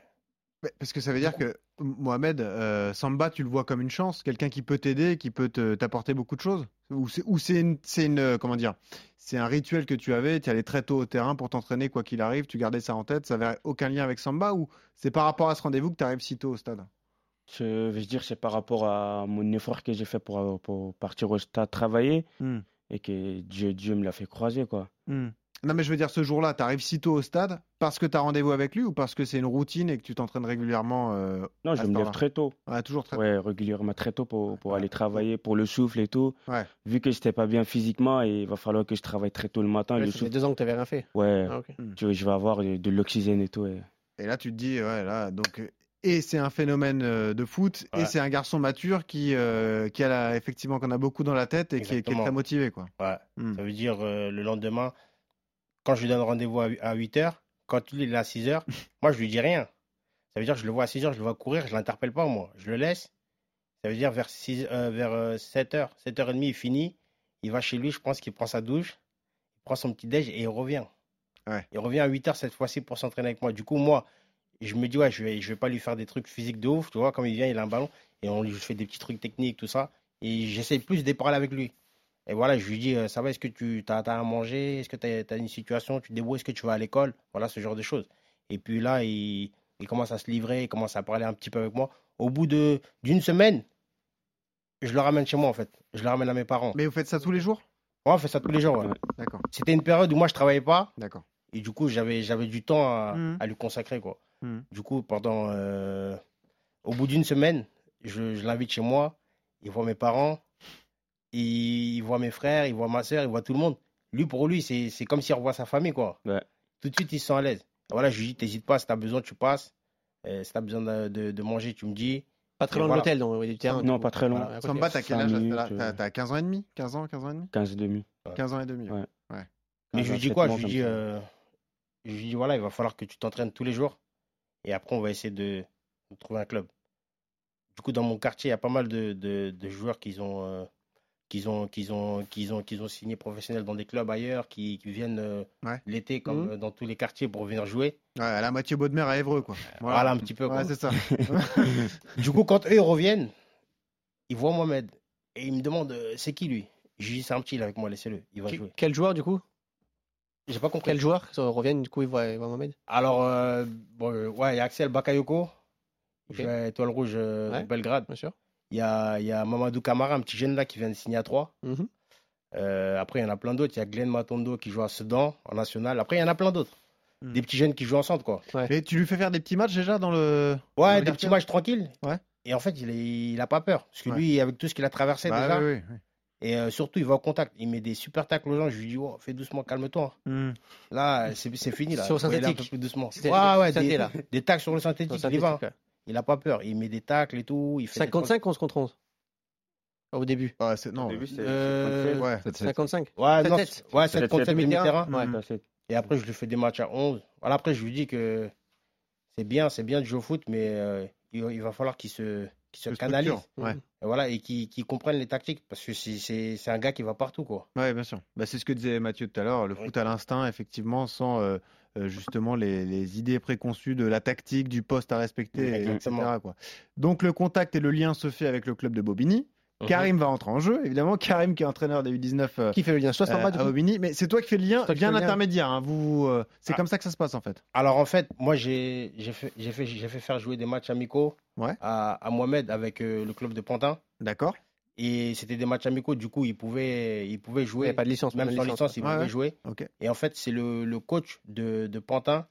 Speaker 2: Mais- Bah, Parce que ça veut dire que M- Mohamed, euh, Samba, tu le vois comme une chance, quelqu'un qui peut t'aider, qui peut te- t'apporter beaucoup de choses Ou c'est ou c'est une, c'est une, euh, comment dire, c'est un rituel que tu avais, tu allais très tôt au terrain pour t'entraîner quoi qu'il arrive, tu gardais ça en tête, ça n'avait aucun lien avec Samba ou c'est par rapport à ce rendez-vous que tu arrives si tôt au stade
Speaker 5: Je vais dire, c'est par rapport à mon effort que j'ai fait pour, euh, pour partir au stade travailler
Speaker 2: Hmm.
Speaker 5: et que Dieu, Dieu me l'a fait croiser, quoi.
Speaker 2: Non mais je veux dire, ce jour-là, tu arrives si tôt au stade parce que tu as rendez-vous avec lui ou parce que c'est une routine et que tu t'entraînes régulièrement euh,
Speaker 5: Non,
Speaker 2: À
Speaker 5: je
Speaker 2: ce
Speaker 5: me
Speaker 2: temps-là.
Speaker 5: lève très tôt.
Speaker 2: ouais, toujours très
Speaker 5: Ouais, régulièrement très tôt pour, pour
Speaker 2: Ouais.
Speaker 5: aller travailler, pour le souffle et tout.
Speaker 2: Ouais.
Speaker 5: Vu que j'étais pas bien physiquement, et il va falloir que je travaille très tôt le matin.
Speaker 3: Ouais,
Speaker 5: Ah, le
Speaker 3: Ça fait
Speaker 5: souffle,
Speaker 3: deux ans que t'avais rien fait.
Speaker 5: ouais,
Speaker 3: Ah, ok.
Speaker 5: tu vois, je vais avoir euh, de, de l'oxygène et tout. et-
Speaker 2: Et là, tu te dis, ouais, là, donc, euh, et c'est un phénomène euh, de foot, et
Speaker 7: Ouais.
Speaker 2: c'est un garçon mature qui, euh, qui a la- effectivement, qu'on a beaucoup dans la tête et qui est, qui est
Speaker 7: Exactement.
Speaker 2: très motivé, quoi.
Speaker 7: Ouais.
Speaker 2: Hmm.
Speaker 7: Ça veut dire euh, le lendemain, quand je lui donne rendez-vous à, 8 heures, quand il est là à 6 heures, moi, je lui dis rien. Ça veut dire que je le vois à 6 heures, je le vois courir, je l'interpelle pas, moi. Je le laisse. Ça veut dire vers, euh, 6, vers 7 heures, 7 heures et demie, il finit. Il va chez lui, je pense qu'il prend sa douche. prend son petit déj et il revient.
Speaker 2: Ouais.
Speaker 7: Il revient à 8h cette fois-ci pour s'entraîner avec moi. Du coup, moi, je me dis, ouais, je vais, je vais pas lui faire des trucs physiques de ouf, tu vois, comme il vient, il a un ballon, et on lui fait des petits trucs techniques, tout ça. Et j'essaie plus de parler avec lui. Et voilà, je lui dis, euh, ça va, est-ce que tu as, à manger Est-ce que tu as, une situation Tu te débrouilles Est-ce que tu vas à l'école Voilà, ce genre de choses. Et puis là, il, il commence à se livrer, il commence à parler un petit peu avec moi. Au bout de d'une semaine, je le ramène chez moi, en fait. Je le ramène à mes parents.
Speaker 2: Mais vous faites ça tous les jours
Speaker 7: Ouais, on fait ça tous les jours. ouais.
Speaker 2: D'accord,
Speaker 7: C'était une période où moi, je travaillais pas.
Speaker 2: d'accord.
Speaker 7: Et du coup, j'avais, j'avais du temps à,
Speaker 2: Mhm.
Speaker 7: à lui consacrer. Quoi.
Speaker 2: Mhm.
Speaker 7: Du coup, pendant, euh, au bout d'une semaine, je, je l'invite chez moi. Il voit mes parents, il, il voit mes frères, il voit ma soeur, il voit tout le monde. Lui, pour lui, c'est, c'est comme s'il revoit sa famille. Quoi.
Speaker 5: Ouais.
Speaker 7: Tout de suite, il se sent à l'aise. Voilà, je lui dis, t'hésites pas, si t'as besoin, tu passes. Euh, si t'as besoin de, de- de manger, tu me dis.
Speaker 3: Pas très
Speaker 7: Et
Speaker 3: loin
Speaker 7: voilà.
Speaker 3: de l'hôtel, donc, du ah, terrain.
Speaker 5: Non,
Speaker 3: donc,
Speaker 5: pas très loin.
Speaker 3: voilà, à côté.
Speaker 2: Samba, t'as quel
Speaker 5: Cinq
Speaker 2: âge à ce
Speaker 5: minutes,
Speaker 2: là
Speaker 5: euh.
Speaker 2: T'as- T'as 15 ans et demi 15 ans, 15 ans et demi
Speaker 5: 15 et demi.
Speaker 2: 15 ans et demi.
Speaker 5: Ouais.
Speaker 3: Ah,
Speaker 7: Mais je lui dis
Speaker 5: 15,
Speaker 7: quoi Je
Speaker 5: 7
Speaker 7: lui
Speaker 5: mois,
Speaker 7: dis,
Speaker 5: comme ça.
Speaker 7: euh, je lui dis, voilà, il va falloir que tu t'entraînes tous les jours. Et après, on va essayer de, de trouver un club. Du coup, dans mon quartier, il y a pas mal de, de- de joueurs qui ont, euh, qu'ils ont, qu'ils ont, qu'ils ont, qu'ils ont signé professionnels dans des clubs ailleurs, qui, qui viennent euh,
Speaker 2: Ouais.
Speaker 7: l'été, comme
Speaker 3: Mhm.
Speaker 7: euh, dans tous les quartiers, pour venir jouer.
Speaker 2: Ouais, à la moitié Baudemer à Évreux, quoi.
Speaker 7: Voilà, un petit peu. quoi.
Speaker 2: Ouais, c'est ça.
Speaker 7: Du coup, quand eux ils reviennent, ils voient Mohamed. Et ils me demandent, euh, c'est qui lui Je lui dis, c'est un petit, il est avec moi, laissez-le, il va
Speaker 3: Qui-
Speaker 7: jouer.
Speaker 3: Quel joueur, du coup
Speaker 7: J'ai pas compris.
Speaker 3: Quel joueur Ça revient, du coup, il voit, il voit Mohamed
Speaker 7: Alors, euh, bon, euh, ouais, il y a Axel Bakayoko,
Speaker 3: Ok.
Speaker 7: qui fait étoile rouge euh, de
Speaker 3: Ouais.
Speaker 7: Belgrade.
Speaker 3: Bien sûr.
Speaker 7: Il y a, il y a Mamadou Kamara, un petit jeune là qui vient de signer à 3.
Speaker 3: Mhm.
Speaker 7: après, il y en a plein d'autres. Il y a Glenn Matondo qui joue à Sedan, en national. Après, il y en a plein d'autres.
Speaker 2: Mm.
Speaker 7: Des petits jeunes qui jouent ensemble, quoi.
Speaker 2: Mais tu lui fais faire des petits matchs déjà dans le. dans
Speaker 7: Ouais, des
Speaker 2: le
Speaker 7: petits
Speaker 2: quartier
Speaker 7: matchs tranquilles.
Speaker 2: Ouais.
Speaker 7: Et en fait, il, est, il a pas peur. Parce que
Speaker 2: Ouais.
Speaker 7: lui, avec tout ce qu'il a traversé
Speaker 2: Bah
Speaker 7: déjà,
Speaker 2: oui, oui,
Speaker 7: et euh, surtout, il va au contact. Il met des super tacles aux gens. Je lui dis, oh, fais doucement, calme-toi.
Speaker 2: oui. Hmm.
Speaker 7: Là, c'est c'est fini. Là.
Speaker 3: Sur le
Speaker 7: Faut y aller un peu
Speaker 3: synthétique.
Speaker 7: plus doucement.
Speaker 3: C'était-
Speaker 7: Ouais, ouais,
Speaker 3: c'était
Speaker 7: des,
Speaker 3: là.
Speaker 7: des tacles sur le synthétique.
Speaker 3: Dans
Speaker 7: il y
Speaker 3: synthétique,
Speaker 7: va.
Speaker 3: ouais.
Speaker 7: Il n'a pas peur, il met des tacles et tout. Il fait des
Speaker 3: 55 11 contre 11 Au début.
Speaker 2: Ouais, c'est- non.
Speaker 5: Au début, c'était-
Speaker 7: Euh,
Speaker 5: c'était
Speaker 2: ouais.
Speaker 4: C'est- c'est-
Speaker 3: 55
Speaker 7: contre- Ouais,
Speaker 3: Sept
Speaker 7: non,
Speaker 3: têtes.
Speaker 7: ouais, sept
Speaker 5: Sept
Speaker 7: contre
Speaker 5: têtes.
Speaker 7: sept demi-terrain.
Speaker 3: Ouais.
Speaker 5: pas fait.
Speaker 7: Et après, je lui fais des matchs à 11. Voilà, après, je lui dis que c'est bien, c'est bien de jouer au foot, mais euh, il, il va falloir qu'il se, qu'il se
Speaker 2: Le
Speaker 7: canalise.
Speaker 2: structure, Ouais.
Speaker 7: Et voilà, et qu'il qu'il comprenne les tactiques. Parce que c'est- c'est c'est un gars qui va partout, quoi.
Speaker 2: Ouais, bien sûr. Bah, c'est ce que disait Mathieu tout à l'heure, le
Speaker 7: Oui.
Speaker 2: foot à l'instinct, effectivement, sans euh, euh, justement les, les idées préconçues de la tactique, du poste à respecter,
Speaker 7: Exactement.
Speaker 2: etc. quoi. Donc le contact et le lien se fait avec le club de Bobigny.
Speaker 7: Mhm.
Speaker 2: Karim va entrer en jeu, évidemment. Karim qui est entraîneur des U19 euh,
Speaker 3: Qui fait le lien
Speaker 2: euh,
Speaker 3: 60
Speaker 2: à Bobigny, mais c'est toi qui fais le lien
Speaker 3: C'est toi qui
Speaker 2: via
Speaker 3: fais le lien.
Speaker 2: l'intermédiaire. hein. Vous, euh, c'est
Speaker 7: Ah.
Speaker 2: comme ça que ça se passe en fait.
Speaker 7: Alors, en fait, moi, j'ai j'ai fait, j'ai fait, j'ai fait faire jouer des matchs amicaux
Speaker 2: Ouais.
Speaker 7: à, à Mohamed avec euh, le club de Pantin.
Speaker 2: D'accord.
Speaker 7: Et c'était des matchs amicaux, du coup, il pouvait, il pouvait
Speaker 3: Il n'y
Speaker 7: jouer.
Speaker 3: a pas de licence.
Speaker 7: même
Speaker 3: pas de
Speaker 7: sans licence, il
Speaker 2: Ouais,
Speaker 7: pouvait
Speaker 2: ouais.
Speaker 7: jouer.
Speaker 2: Ok.
Speaker 7: Et en fait, c'est le, le coach de, de Pantin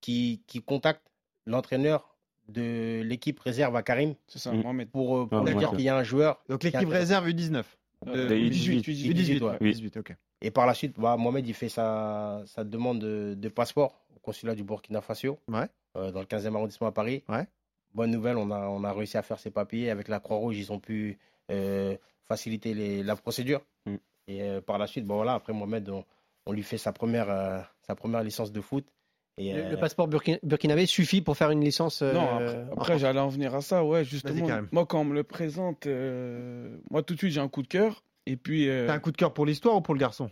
Speaker 7: qui, qui contacte l'entraîneur de l'équipe réserve à Karim
Speaker 6: C'est ça,
Speaker 5: Mm.
Speaker 6: Mohamed.
Speaker 7: pour, euh, pour
Speaker 5: Ah,
Speaker 7: lui dire
Speaker 5: d'accord.
Speaker 7: qu'il y a un joueur.
Speaker 2: Donc l'équipe
Speaker 7: Quatre.
Speaker 2: réserve U19.
Speaker 6: Euh,
Speaker 5: Des
Speaker 6: U18,
Speaker 5: U18,
Speaker 6: U18.
Speaker 2: U18, ouais.
Speaker 7: ouais.
Speaker 5: Oui.
Speaker 2: U18, ok.
Speaker 7: Et par la suite, bah, Mohamed, il fait sa, sa demande de, de passeport au consulat du Burkina Faso,
Speaker 2: Ouais.
Speaker 7: euh, dans le 15e arrondissement à Paris.
Speaker 2: Ouais.
Speaker 7: Bonne nouvelle, on a, on a réussi à faire ses papiers. Avec la Croix-Rouge, ils ont pu euh, faciliter les- la procédure.
Speaker 5: Mm.
Speaker 7: Et euh, par la suite, bon, voilà, après Mohamed, on, on lui fait sa première, euh, sa première licence de foot. Et,
Speaker 3: Le,
Speaker 7: euh,
Speaker 3: le passeport burkin- burkinabé suffit pour faire une licence. euh,
Speaker 6: Non, après,
Speaker 3: en-
Speaker 6: après, j'allais en venir à ça, ouais, justement.
Speaker 2: Karim.
Speaker 6: Moi, quand on me le présente, euh, moi, tout de suite, j'ai un coup de cœur. Et puis, euh,
Speaker 2: T'as un coup de cœur pour l'histoire ou pour le garçon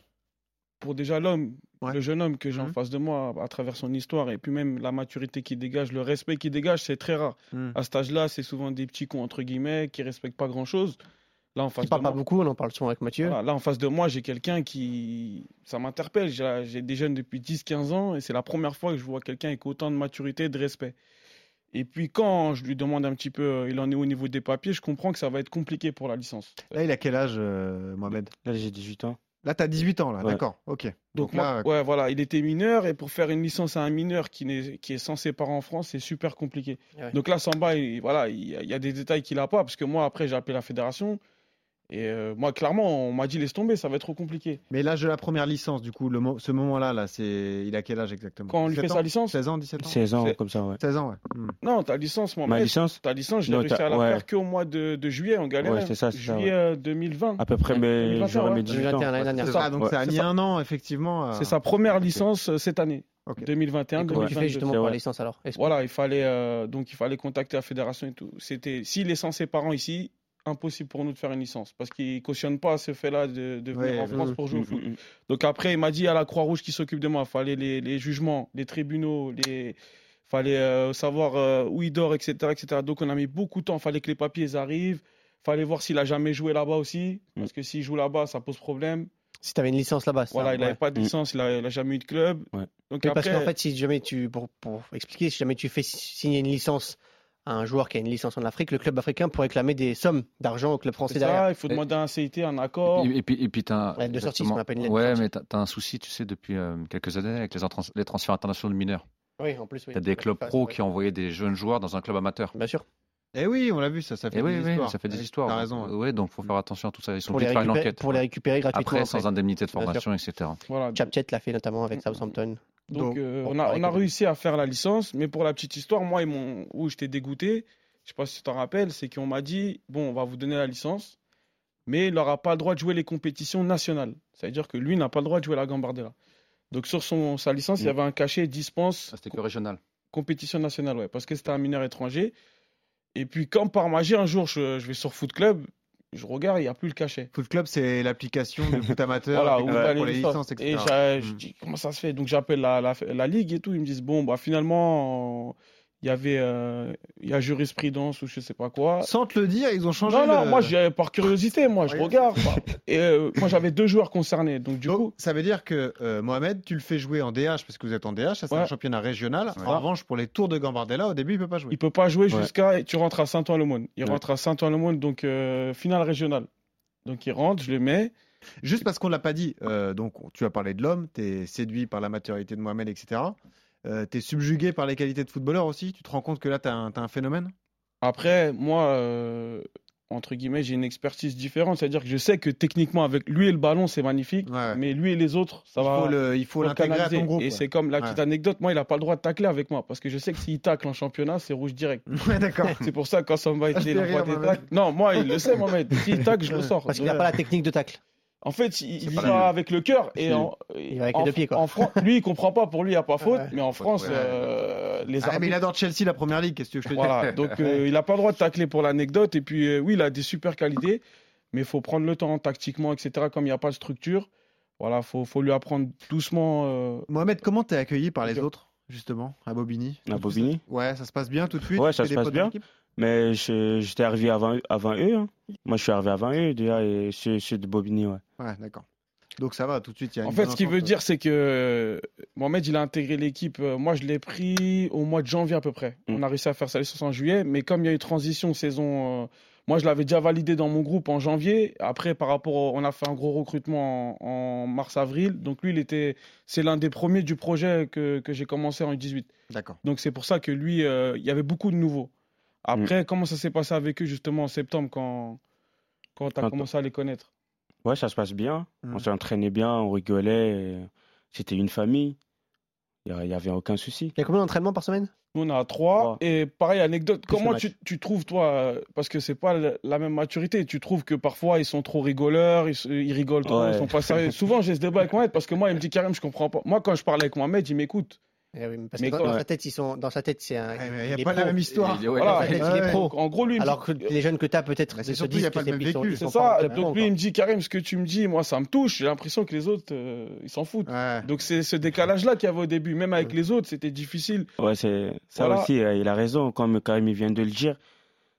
Speaker 6: pour déjà l'homme,
Speaker 2: Ouais.
Speaker 6: le jeune homme que j'ai en
Speaker 2: Mhm.
Speaker 6: face de moi, à travers son histoire, et puis même la maturité qu'il dégage, le respect qu'il dégage, c'est très rare.
Speaker 2: Mhm.
Speaker 6: À cet âge-là, c'est souvent des petits cons, entre guillemets, qui respectent pas grand-chose. Là, en
Speaker 3: qui
Speaker 6: face de
Speaker 3: parle pas
Speaker 6: moi,
Speaker 3: beaucoup, on en parle souvent avec Mathieu.
Speaker 6: Voilà, là, en face de moi, j'ai quelqu'un qui. Ça m'interpelle. J'ai j'ai des jeunes depuis 10-15 ans et c'est la première fois que je vois quelqu'un avec autant de maturité et de respect. Et puis, quand je lui demande un petit peu, euh, il en est au niveau des papiers, je comprends que ça va être compliqué pour la licence.
Speaker 2: Là, il a quel âge, euh, Mohamed
Speaker 5: Là, j'ai 18 ans.
Speaker 2: Là, t'as 18 ans, là,
Speaker 5: Ouais.
Speaker 2: d'accord, ok.
Speaker 6: Donc,
Speaker 2: Donc là,
Speaker 6: moi, ouais, voilà, il était mineur et pour faire une licence à un mineur qui, n'est- qui est sans ses parents en France, c'est super compliqué.
Speaker 3: Ouais.
Speaker 6: Donc là, Samba, il, voilà, il, y a- il y a des détails qu'il n'a pas parce que moi, après, j'ai appelé la fédération et euh, moi, clairement, on m'a dit laisse tomber, ça va être trop compliqué.
Speaker 2: Mais l'âge de la première licence, du coup, le mo- ce moment-là, là, c'est, il a quel âge exactement
Speaker 6: Quand on lui
Speaker 2: 17
Speaker 6: fait
Speaker 2: ans
Speaker 6: sa licence,
Speaker 2: 16 ans, 17 ans
Speaker 5: 16 ans,
Speaker 6: C'est-
Speaker 5: comme ça, ouais.
Speaker 2: 16 ans, ouais. Hmm.
Speaker 6: non, ta licence, moi,
Speaker 5: Ma
Speaker 6: mec,
Speaker 5: licence
Speaker 6: Ta licence, je l'ai
Speaker 5: Non,
Speaker 6: réussi
Speaker 5: t'as-
Speaker 6: à la
Speaker 5: ouais.
Speaker 6: faire qu'au mois de, de juillet, en galère.
Speaker 5: Ouais, c'est ça, c'est ça,
Speaker 6: juillet
Speaker 5: ouais. Ah.
Speaker 6: euh, 2020.
Speaker 5: À peu près, mais
Speaker 6: 2021,
Speaker 5: j'aurais
Speaker 6: ouais.
Speaker 5: mes 18 ans.
Speaker 3: 2021, l'année dernière.
Speaker 5: Ouais,
Speaker 3: Ça,
Speaker 2: Ah, donc
Speaker 5: ouais.
Speaker 2: ça a
Speaker 6: c'est
Speaker 2: mis
Speaker 6: ça.
Speaker 2: un an, effectivement. à-
Speaker 6: C'est sa première
Speaker 2: Ok.
Speaker 6: licence euh, cette année,
Speaker 2: Ok.
Speaker 6: 2021,
Speaker 3: Et comment tu
Speaker 6: 2022.
Speaker 3: fais justement
Speaker 5: c'est
Speaker 3: pour la
Speaker 5: vrai.
Speaker 3: licence alors Est-ce que-
Speaker 6: Voilà, il fallait euh, donc il fallait contacter la fédération et tout. C'était s'il est sans ses parents ici, impossible pour nous de faire une licence parce qu'il cautionne pas ce fait-là de, de venir
Speaker 2: Ouais,
Speaker 6: en France
Speaker 2: ouais.
Speaker 6: pour
Speaker 5: Mm,
Speaker 6: jouer au foot. Donc après, il m'a dit à la Croix-Rouge qui s'occupe de moi, fallait les, les jugements, les tribunaux, les fallait euh, savoir euh, où il dort, etc., etc. Donc on a mis beaucoup de temps, fallait que les papiers arrivent, fallait voir s'il a jamais joué là-bas aussi, parce que s'il joue là-bas, ça pose problème.
Speaker 3: Si tu avais une licence là-bas, c'est
Speaker 6: Voilà,
Speaker 3: ça,
Speaker 6: il n'avait
Speaker 3: ouais.
Speaker 6: pas de
Speaker 5: Mm.
Speaker 6: licence, il a, il a jamais eu de club.
Speaker 5: Ouais.
Speaker 6: Donc
Speaker 3: Mais Parce
Speaker 6: après,
Speaker 3: qu'en fait, si jamais tu, pour, pour expliquer, si jamais tu fais signer une licence à un joueur qui a une licence en Afrique, le club africain pourrait réclamer des sommes d'argent au club français
Speaker 6: c'est
Speaker 3: derrière.
Speaker 6: ça, il faut
Speaker 4: Et-
Speaker 6: demander à un CIT un accord.
Speaker 4: Et puis, et puis t'as
Speaker 3: Ouais, de sortie, ce
Speaker 4: exactement.
Speaker 3: qu'on appelle une lettre de
Speaker 4: Ouais,
Speaker 3: sortie.
Speaker 4: mais t'as t'as un souci, tu sais, depuis euh, quelques années avec les, entrans- les transferts internationaux de mineurs.
Speaker 3: Oui, en plus, oui.
Speaker 4: T'as des clubs
Speaker 3: Enfin,
Speaker 4: pro
Speaker 3: ouais.
Speaker 4: qui ont envoyé des jeunes joueurs dans un club amateur.
Speaker 3: Bien sûr.
Speaker 2: Eh oui, on l'a vu, ça, ça fait
Speaker 4: Et
Speaker 2: des
Speaker 4: oui, oui,
Speaker 2: histoires.
Speaker 4: ça fait des
Speaker 2: Ouais,
Speaker 4: histoires.
Speaker 2: T'as raison. ouais.
Speaker 4: Oui, donc euh, faut faire attention à tout ça. Ils sont
Speaker 3: Pour
Speaker 4: obligés
Speaker 3: les,
Speaker 4: de faire une
Speaker 3: récupérer,
Speaker 4: enquête.
Speaker 3: pour les récupérer gratuitement.
Speaker 4: Après, sans indemnité de
Speaker 3: Bien sûr.
Speaker 4: formation, etc.
Speaker 6: Voilà,
Speaker 3: Chapchet l'a fait notamment avec Southampton.
Speaker 6: Donc,
Speaker 3: Mm. Donc,
Speaker 6: euh,
Speaker 3: bon,
Speaker 6: on, a,
Speaker 3: pareil
Speaker 6: on a
Speaker 3: que lui.
Speaker 6: réussi à faire la licence, mais pour la petite histoire, moi, ils m'ont- où j'étais dégoûté, je sais pas si tu t'en rappelles, c'est qu'on m'a dit bon, on va vous donner la licence, mais il n'aura pas le droit de jouer les compétitions nationales. C'est-à-dire que lui n'a pas le droit de jouer la Gambardella. Donc, sur son, sa licence, il y
Speaker 5: Mm.
Speaker 6: avait un cachet dispense
Speaker 4: Ah, C'était que régional.
Speaker 6: compétition nationale, ouais, parce que c'était un mineur étranger. Et puis, comme par magie, un jour, je, je vais sur Foot Club, je regarde, il n'y a plus le cachet.
Speaker 2: Foot Club, c'est l'application de foot amateur
Speaker 6: Voilà,
Speaker 2: avec-
Speaker 6: où
Speaker 2: pour
Speaker 6: t'as
Speaker 2: les
Speaker 6: les licences.
Speaker 2: licences,
Speaker 6: Et
Speaker 2: etc.
Speaker 6: j'a- je
Speaker 2: Mm.
Speaker 6: dis, comment ça se fait? Donc j'appelle la, la, la ligue et tout. Ils me disent, bon, bah finalement, euh, il y avait, euh, il y a jurisprudence ou je sais pas quoi.
Speaker 2: Sans te le dire, ils ont changé.
Speaker 6: Non, non,
Speaker 2: le-
Speaker 6: moi, j'ai- par curiosité, moi, je
Speaker 2: Ouais. Oh.
Speaker 6: regarde. quoi. Et euh, moi, j'avais deux joueurs concernés. Donc du
Speaker 2: Donc,
Speaker 6: coup,
Speaker 2: ça veut dire que euh, Mohamed, tu le fais jouer en DH parce que vous êtes en DH, ça c'est
Speaker 6: Ouais.
Speaker 2: un championnat régional.
Speaker 6: C'est
Speaker 2: En
Speaker 6: ça.
Speaker 2: revanche, pour les tours de Gambardella, au début, il peut pas jouer.
Speaker 6: il peut pas jouer
Speaker 5: Ouais.
Speaker 6: jusqu'à. Tu rentres à Saint-Ouen-le-Monde. Il
Speaker 5: Ouais.
Speaker 6: rentre à Saint-Ouen-le-Monde, donc euh, finale régionale. Donc il rentre, je le mets.
Speaker 2: Juste parce qu'on l'a pas dit, euh, donc tu as parlé de l'homme, tu es séduit par la maturité de Mohamed, etc. tu es subjugué par les qualités de footballeur aussi. Tu te rends compte que là, tu as, un phénomène
Speaker 6: Après, moi, euh, entre guillemets, j'ai une expertise différente. C'est-à-dire que je sais que techniquement, avec lui et le ballon, c'est magnifique.
Speaker 2: Ouais.
Speaker 6: Mais lui et les autres, ça
Speaker 2: il,
Speaker 6: va.
Speaker 2: faut le- il faut
Speaker 6: faut le
Speaker 2: l'intégrer à
Speaker 6: canaliser.
Speaker 2: ton groupe.
Speaker 6: Et
Speaker 2: ouais.
Speaker 6: c'est comme la petite
Speaker 2: Ouais.
Speaker 6: anecdote, moi, il n'a pas le droit de tacler avec moi parce que je sais que s'il tacle en championnat, c'est rouge direct.
Speaker 2: Ouais, d'accord.
Speaker 6: C'est pour ça que quand Samba
Speaker 2: Ah, je fais
Speaker 6: était le roi
Speaker 2: rire,
Speaker 6: des
Speaker 2: moi-même.
Speaker 6: tacles. Non, moi, il le sait, Mohamed. S'il tacle, je le sors.
Speaker 3: Parce qu'il n'a
Speaker 6: Ouais.
Speaker 3: pas la technique de tacle.
Speaker 6: En fait, il, il
Speaker 4: pas
Speaker 6: y
Speaker 4: la même.
Speaker 6: va avec le cœur et
Speaker 5: C'est-
Speaker 6: en,
Speaker 3: va avec les
Speaker 6: en,
Speaker 3: deux pieds, quoi.
Speaker 6: en Fran- lui, il comprend pas. Pour lui, il n'y a pas faute.
Speaker 3: Ouais.
Speaker 6: Mais en France,
Speaker 4: ouais.
Speaker 6: euh, les
Speaker 2: Ah, mais il
Speaker 6: arbitres.
Speaker 2: adore Chelsea, la première ligue. Qu'est-ce que je te dis
Speaker 6: Voilà. Donc, euh, il n'a pas le droit de tacler pour l'anecdote. Et puis, euh, oui, il a des super qualités, mais il faut prendre le temps tactiquement, etc. Comme il n'y a pas de structure, voilà, faut, faut lui apprendre doucement. euh,
Speaker 2: Mohamed, comment t'es accueilli par les
Speaker 6: Bien.
Speaker 2: autres, justement, à Bobigny
Speaker 5: À Bobigny
Speaker 2: Ouais, ça se passe bien tout de suite.
Speaker 5: Ouais,
Speaker 2: tu
Speaker 5: ça
Speaker 2: fais
Speaker 5: se
Speaker 2: des
Speaker 5: passe
Speaker 2: potes dans
Speaker 5: bien.
Speaker 2: l'équipe
Speaker 5: Mais je- j'étais arrivé avant, avant eux. hein. Moi, je suis arrivé avant eux déjà et ceux, ceux de Bobigny, ouais.
Speaker 2: Ouais, d'accord. Donc ça va, tout de suite, il y a
Speaker 6: En
Speaker 2: une
Speaker 6: fait,
Speaker 2: bonne
Speaker 6: ce qu'il veut
Speaker 2: entente.
Speaker 6: dire, c'est que euh, Mohamed, il a intégré l'équipe. euh, Moi, je l'ai pris au mois de janvier à peu près.
Speaker 5: Mm.
Speaker 6: On a réussi à faire ça licence en juillet, mais comme il y a eu transition saison, euh, moi, je l'avais déjà validé dans mon groupe en janvier. Après, par rapport, au- on a fait un gros recrutement en, en mars-avril. Donc lui, il était, c'est l'un des premiers du projet que, que j'ai commencé en U18.
Speaker 2: D'accord.
Speaker 6: Donc c'est pour ça que lui, euh, il y avait beaucoup de nouveaux.
Speaker 2: Mm.
Speaker 6: Après, comment ça s'est passé avec eux justement en septembre quand quand t'as
Speaker 5: Quand-
Speaker 6: commencé à les connaître
Speaker 5: Ouais, ça se passe bien.
Speaker 2: Mm.
Speaker 5: On s'entraînait bien, on rigolait. et C'était une famille. Il n'y avait aucun souci.
Speaker 3: Il y a combien d'entraînements par semaine
Speaker 6: Nous, on a trois.
Speaker 5: Trois.
Speaker 6: Et pareil, anecdote,
Speaker 3: Plus le
Speaker 6: comment
Speaker 3: match.
Speaker 6: tu, tu trouves, toi, euh, parce que c'est pas le- la même maturité, tu trouves que parfois ils sont trop rigoleurs, ils, se- ils rigolent trop,
Speaker 5: Ouais.
Speaker 6: ils sont pas sérieux. Souvent, j'ai ce débat avec Mohamed parce que moi, il me dit Karim, je comprends pas. Moi, quand je parle avec Mohamed, il m'écoute.
Speaker 3: Eh oui, mais Ah parce
Speaker 6: Mais
Speaker 3: que dans,
Speaker 6: quand-
Speaker 3: dans
Speaker 5: ouais.
Speaker 3: sa tête, ils sont dans sa tête, c'est un.
Speaker 2: Ouais, mais Il
Speaker 3: il
Speaker 2: n'y
Speaker 3: est
Speaker 2: a pas la
Speaker 3: pro.
Speaker 2: même histoire.
Speaker 4: Et- ouais, non,
Speaker 6: Voilà.
Speaker 3: il est
Speaker 2: Ouais.
Speaker 3: pro.
Speaker 6: En gros, lui, il me
Speaker 3: Alors que
Speaker 6: dit-
Speaker 3: les jeunes que tu as peut-être
Speaker 2: Mais
Speaker 3: se
Speaker 2: c'est
Speaker 3: disent
Speaker 2: surtout, il y a pas
Speaker 3: que
Speaker 2: le même
Speaker 3: ils sont-
Speaker 2: vécu.
Speaker 3: ils
Speaker 6: c'est
Speaker 3: sont
Speaker 6: ça.
Speaker 3: pas en
Speaker 6: Donc
Speaker 3: club
Speaker 6: lui, il
Speaker 3: pro
Speaker 6: me dit Karim, ce que tu me dis, moi, ça me touche. J'ai l'impression que les autres, euh, ils s'en foutent.
Speaker 2: Ouais.
Speaker 6: Donc c'est ce décalage-là qu'il y avait au début. Même avec les autres, c'était difficile.
Speaker 5: Ouais, c'est ça
Speaker 6: Voilà.
Speaker 5: aussi, euh, il a raison, comme Karim il vient de le dire.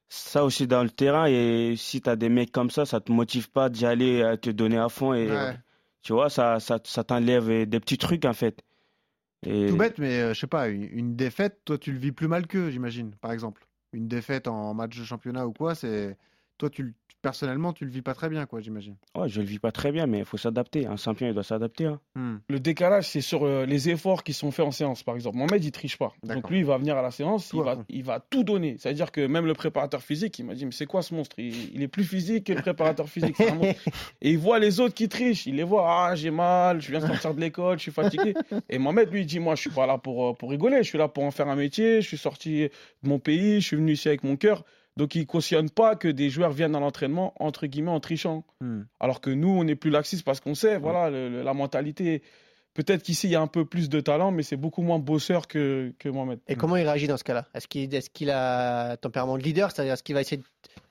Speaker 5: Ça aussi dans le terrain, et si t'as des mecs comme ça, ça te motive pas d'y aller, à te donner à fond, et
Speaker 2: Ouais.
Speaker 5: tu vois, ça, ça, ça t'enlève euh, des petits trucs en fait. Et
Speaker 2: Tout bête, mais euh, je sais pas, une, une défaite, toi tu le vis plus mal qu'eux, j'imagine, par exemple. Une défaite en match de championnat ou quoi, c'est. Toi, tu, le- personnellement, tu le vis pas très bien, quoi, j'imagine.
Speaker 5: ouais, je le vis pas très bien, mais il faut s'adapter. Un champion, il doit s'adapter. hein.
Speaker 2: Hmm.
Speaker 6: Le décalage, c'est sur euh, les efforts qui sont faits en séance, par exemple. Mohamed, il triche pas.
Speaker 2: D'accord.
Speaker 6: Donc lui, il va venir à la séance,
Speaker 2: Tout
Speaker 6: il
Speaker 2: à
Speaker 6: va,
Speaker 2: fond.
Speaker 6: il va tout donner. C'est-à-dire que même le préparateur physique, il m'a dit, mais c'est quoi ce monstre il, il est plus physique que le préparateur physique. c'est un monstre. Et il voit les autres qui trichent. Il les voit, ah, j'ai mal, je viens de sortir de l'école, je suis fatigué. Et Mohamed, lui, il dit, moi, je suis pas là pour, euh, pour rigoler, je suis là pour en faire un métier, je suis sorti de mon pays, je suis venu ici avec mon cœur. Donc il cautionne pas que des joueurs viennent à l'entraînement, entre guillemets, en trichant.
Speaker 2: Hmm.
Speaker 6: Alors que nous, on est plus laxiste parce qu'on sait, voilà, le- le- la mentalité. Peut-être qu'ici, il y a un peu plus de talent, mais c'est beaucoup moins bosseur que, que Mohamed.
Speaker 3: Et comment il réagit dans ce cas-là Est-ce qu'il est qu'il a un tempérament de leader C'est-à-dire, est-ce qu'il va essayer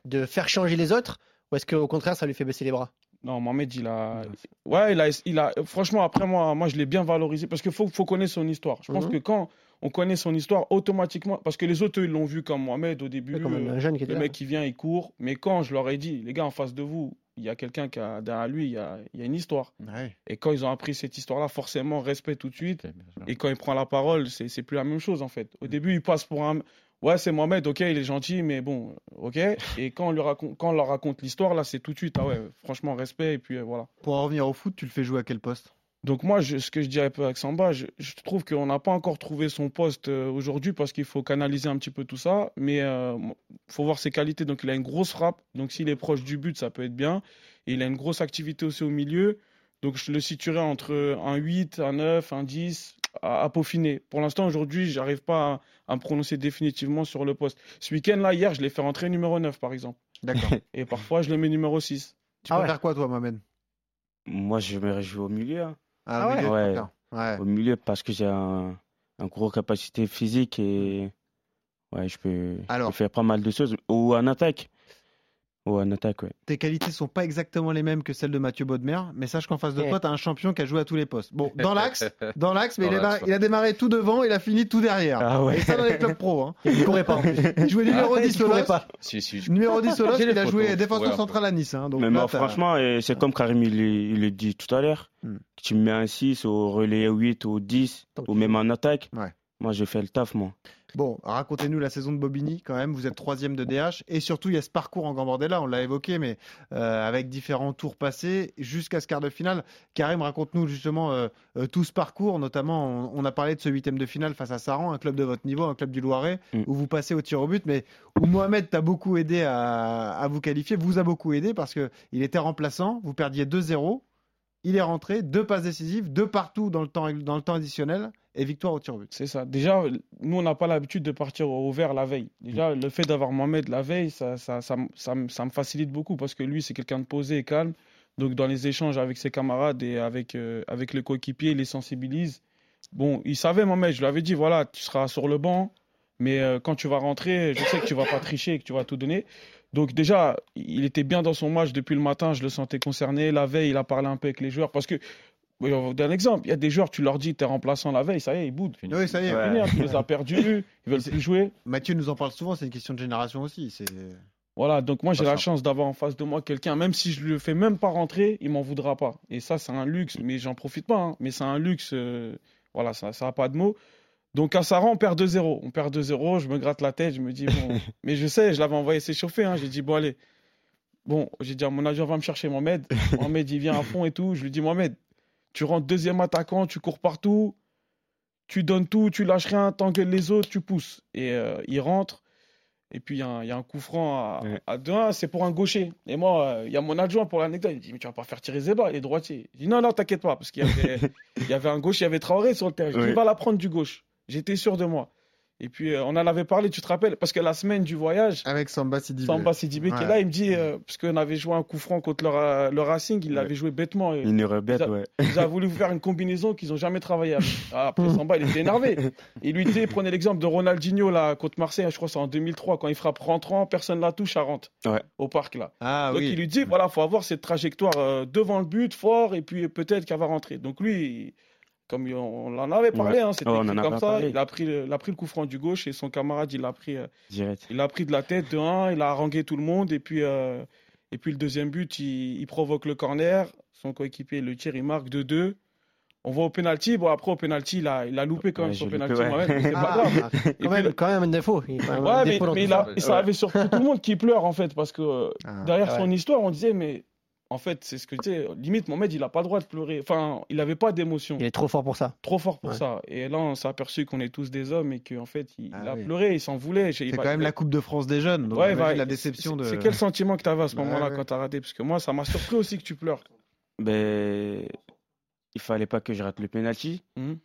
Speaker 3: de faire changer les autres Ou est-ce qu'au contraire, ça lui fait baisser les bras
Speaker 6: Non, Mohamed, il a. Ouais, il a, il a. Franchement, après, moi, moi je l'ai bien valorisé parce qu'il faut, faut connaître son histoire. Je pense
Speaker 3: Mhm.
Speaker 6: que quand on connaît son histoire, automatiquement. Parce que les autres, eux, ils l'ont vu comme Mohamed au début.
Speaker 3: C'est Comme
Speaker 6: euh,
Speaker 3: un jeune qui était
Speaker 6: le
Speaker 3: là.
Speaker 6: mec qui vient, il court. Mais quand je leur ai dit, les gars, en face de vous, il y a quelqu'un qui a derrière lui, il y a, il y a une histoire. Et quand ils ont appris cette histoire-là, forcément, respect tout de suite.
Speaker 4: Ok, bien sûr.
Speaker 6: Et quand il prend la parole, c'est c'est plus la même chose en fait. Au début, il passe pour un. Ouais, c'est Mohamed, ok, il est gentil, mais bon, ok. Et quand on, lui raconte, quand on leur raconte l'histoire, là, c'est tout de suite, ah ouais, franchement, respect, et puis euh, voilà.
Speaker 2: Pour en revenir au foot, tu le fais jouer à quel poste
Speaker 6: Donc, moi, je- ce que je dirais avec Samba, je, je trouve qu'on n'a pas encore trouvé son poste euh, aujourd'hui parce qu'il faut canaliser un petit peu tout ça, mais il faut voir ses qualités. Donc, il a une grosse frappe, donc s'il est proche du but, ça peut être bien. Et il a une grosse activité aussi au milieu, donc je le situerais entre un 8, un 9, un 10 à, à peaufiner. Pour l'instant, aujourd'hui, j'arrive pas à, à me prononcer définitivement sur le poste. Ce week-end-là, hier, je l'ai fait rentrer numéro 9, par exemple.
Speaker 2: D'accord.
Speaker 6: Et parfois, je le mets numéro 6.
Speaker 2: tu
Speaker 3: Ah ouais.
Speaker 2: préfères quoi, toi, Mohamed
Speaker 5: Moi, je me réjouis au milieu. hein.
Speaker 2: Ah,
Speaker 3: ouais.
Speaker 2: milieu, tu
Speaker 5: Ouais.
Speaker 2: préfères. Ouais.
Speaker 5: Au milieu, parce que j'ai un, un gros capacité physique et ouais, je peux, je peux
Speaker 2: Alors.
Speaker 5: faire pas mal de choses. Ou en attaque. Ou en attaque, ouais.
Speaker 2: Tes qualités sont pas exactement les mêmes que celles de Mathieu Baudemer, mais sache qu'en face de toi, t'as un champion qui a joué à tous les postes. Bon, dans l'axe, dans l'axe, mais
Speaker 4: Dans
Speaker 2: il, est
Speaker 4: l'axe,
Speaker 2: bar- il a démarré tout devant, il a fini tout derrière.
Speaker 5: Ah
Speaker 2: Et
Speaker 5: ouais.
Speaker 2: ça dans les clubs pro. Hein.
Speaker 3: Il courait pas.
Speaker 2: Il jouait numéro
Speaker 3: Ah,
Speaker 2: 10
Speaker 3: il
Speaker 2: au
Speaker 3: courait
Speaker 2: LOSC.
Speaker 3: pas.
Speaker 4: Si, si, je-
Speaker 2: Numéro 10 au LOSC,
Speaker 4: J'ai les
Speaker 2: il a
Speaker 4: photos,
Speaker 2: joué
Speaker 4: faut voir
Speaker 2: défenseur
Speaker 4: un peu.
Speaker 2: central à Nice. hein, donc
Speaker 5: Mais
Speaker 2: là,
Speaker 5: moi,
Speaker 2: t'as-
Speaker 5: franchement, euh, c'est comme Karim il, il le dit tout à l'heure.
Speaker 2: Hmm.
Speaker 5: Tu me mets un 6 au relais 8 ou 10
Speaker 3: Donc,
Speaker 5: ou même en attaque.
Speaker 2: Ouais.
Speaker 5: Moi, j'ai fait le taf, moi.
Speaker 2: Bon, racontez-nous la saison de Bobigny quand même. Vous êtes troisième de DH et surtout il y a ce parcours en Gambardella, on l'a évoqué, mais euh, avec différents tours passés jusqu'à ce quart de finale. Karim, raconte-nous justement euh, euh, tout ce parcours, notamment on, on a parlé de ce huitième de finale face à Saran, un club de votre niveau, un club du Loiret,
Speaker 5: Mm.
Speaker 2: où vous passez au tir au but, mais où Mohamed t'a beaucoup aidé à, à vous qualifier, vous a beaucoup aidé parce que il était remplaçant, vous perdiez 2-0, il est rentré, deux passes décisives, deux partout dans le temps, dans le temps additionnel et victoire au tir au but.
Speaker 6: C'est ça. Déjà, nous, on n'a pas l'habitude de partir au au vert la veille. Déjà, le fait d'avoir Mohamed la veille, ça, ça, ça, m- ça m- ça me facilite beaucoup parce que lui, c'est quelqu'un de posé et calme. Donc, dans les échanges avec ses camarades et avec, euh, avec les coéquipiers, il les sensibilise. Bon, il savait, Mohamed, je lui avais dit, voilà, tu seras sur le banc, mais euh, quand tu vas rentrer, je sais que tu vas pas tricher et que tu vas tout donner. Donc, déjà, il était bien dans son match depuis le matin, je le sentais concerné. La veille, il a parlé un peu avec les joueurs parce que, oui, on va vous donner un exemple, il y a des joueurs, tu leur dis, tu es remplaçant la veille, ça y est, ils boudent.
Speaker 4: fini.
Speaker 2: Oui, ça y est.
Speaker 5: Ouais.
Speaker 6: Fini, hein, tu les as perdus, ils veulent plus jouer.
Speaker 2: Mathieu nous en parle souvent, c'est une question de génération aussi. C'est
Speaker 6: Voilà, donc moi j'ai
Speaker 4: Pas
Speaker 6: la
Speaker 4: ça.
Speaker 6: chance d'avoir en face de moi quelqu'un, même si je le fais même pas rentrer, il m'en voudra pas. Et ça, c'est un luxe, mais j'en profite pas. hein. Mais c'est un luxe, euh, voilà, ça n'a pas de mots. Donc à Saran, on perd 2-0. On perd 2-0, je me gratte la tête, je me dis, bon, mais je sais, je l'avais envoyé s'échauffer, hein. j'ai dit, bon, allez. Bon, j'ai dit à mon agent, va me chercher Mohamed. Mohamed, il vient à fond et tout. Je lui dis, Mohamed, tu rentres deuxième attaquant, tu cours partout, tu donnes tout, tu lâches rien, t'engueules les autres, tu pousses. Et euh, il rentre. Et puis, il y, a un- il y a un coup franc à,
Speaker 5: Ouais.
Speaker 6: à 2-1, c'est pour un gaucher. Et moi, euh, il y a mon adjoint pour l'anecdote. Il me dit, mais tu vas pas faire tirer Zeba, il est droitier. Je dis, non, non, t'inquiète pas, parce qu'il y avait, il y avait un gauche, il y avait Traoré sur le terrain. Je dis,
Speaker 5: Ouais.
Speaker 6: Il va la prendre du gauche. J'étais sûr de moi. Et puis, euh, on en avait parlé, tu te rappelles, parce que la semaine du voyage,
Speaker 2: avec Samba Sidibé.
Speaker 6: Samba Sidibé qui
Speaker 2: Ouais.
Speaker 6: est là, il me dit, euh, parce qu'on avait joué un coup franc contre le, Ra- le Racing, il l'avait joué bêtement. Et
Speaker 5: Une erreur bête,
Speaker 6: Ça-
Speaker 5: ouais.
Speaker 6: ils a voulu vous faire une combinaison qu'ils n'ont jamais travaillé. avec. Ah, Après, Samba, il était énervé. Il lui dit, prenez l'exemple de Ronaldinho là, contre Marseille, hein, je crois que c'est en 2003, quand il frappe rentrant, personne ne la touche à rentre
Speaker 5: Ouais.
Speaker 6: au parc là.
Speaker 2: Ah
Speaker 6: Donc
Speaker 2: oui.
Speaker 6: il lui dit, voilà, faut avoir cette trajectoire euh, devant le but, fort, et puis peut-être qu'elle va rentrer. Donc lui, il- comme il- on en avait parlé, hein, c'était
Speaker 5: Ouais, on
Speaker 6: écrit
Speaker 5: en a
Speaker 6: comme
Speaker 5: pas
Speaker 6: ça,
Speaker 5: parlé.
Speaker 6: il a, pris le, il a pris le coup franc du gauche et son camarade, il a pris, euh,
Speaker 5: Direct.
Speaker 6: il a pris de la tête de un, il a harangué tout le monde, et puis, euh, et puis le deuxième but, il, il provoque le corner, son coéquipier le tire, il marque de deux. On va au penalty, bon après au penalty, il a, il a loupé quand
Speaker 5: Ouais,
Speaker 6: même son
Speaker 5: j'ai loupé,
Speaker 6: penalty,
Speaker 5: ouais.
Speaker 6: Mohamed, mais c'est
Speaker 2: Ah,
Speaker 6: pas grave.
Speaker 3: Quand,
Speaker 6: Et puis
Speaker 3: même,
Speaker 6: le-
Speaker 3: quand même un défaut. Il y a quand même un
Speaker 6: Ouais, mais,
Speaker 3: défaut dans
Speaker 6: mais
Speaker 3: tout
Speaker 6: il a-
Speaker 4: ça.
Speaker 6: et ça
Speaker 4: Ouais.
Speaker 6: avait surpris tout le monde qui pleure en fait, parce que euh,
Speaker 2: Ah.
Speaker 6: derrière
Speaker 3: Ah
Speaker 6: son histoire, on disait, mais en fait, c'est ce que tu sais, limite, Mohamed, il n'a pas le droit de pleurer. Enfin, il n'avait pas d'émotion.
Speaker 3: Il est trop fort pour ça.
Speaker 6: Trop fort pour
Speaker 3: Ouais.
Speaker 6: ça. Et là, on s'est aperçu qu'on est tous des hommes et qu'en fait, il, il
Speaker 2: Ah
Speaker 6: a
Speaker 2: oui.
Speaker 6: pleuré, il s'en voulait.
Speaker 2: C'est quand même la Coupe de France des jeunes. Donc
Speaker 6: Ouais,
Speaker 2: j'imagine
Speaker 6: bah,
Speaker 2: la déception de.
Speaker 6: C'est quel sentiment que tu avais à ce
Speaker 2: Bah,
Speaker 6: moment-là
Speaker 2: ouais.
Speaker 6: quand tu as raté Parce que moi, ça m'a surpris aussi que tu pleures.
Speaker 5: Ben, il fallait pas que je rate le penalty.
Speaker 2: Hum?
Speaker 6: Mhm.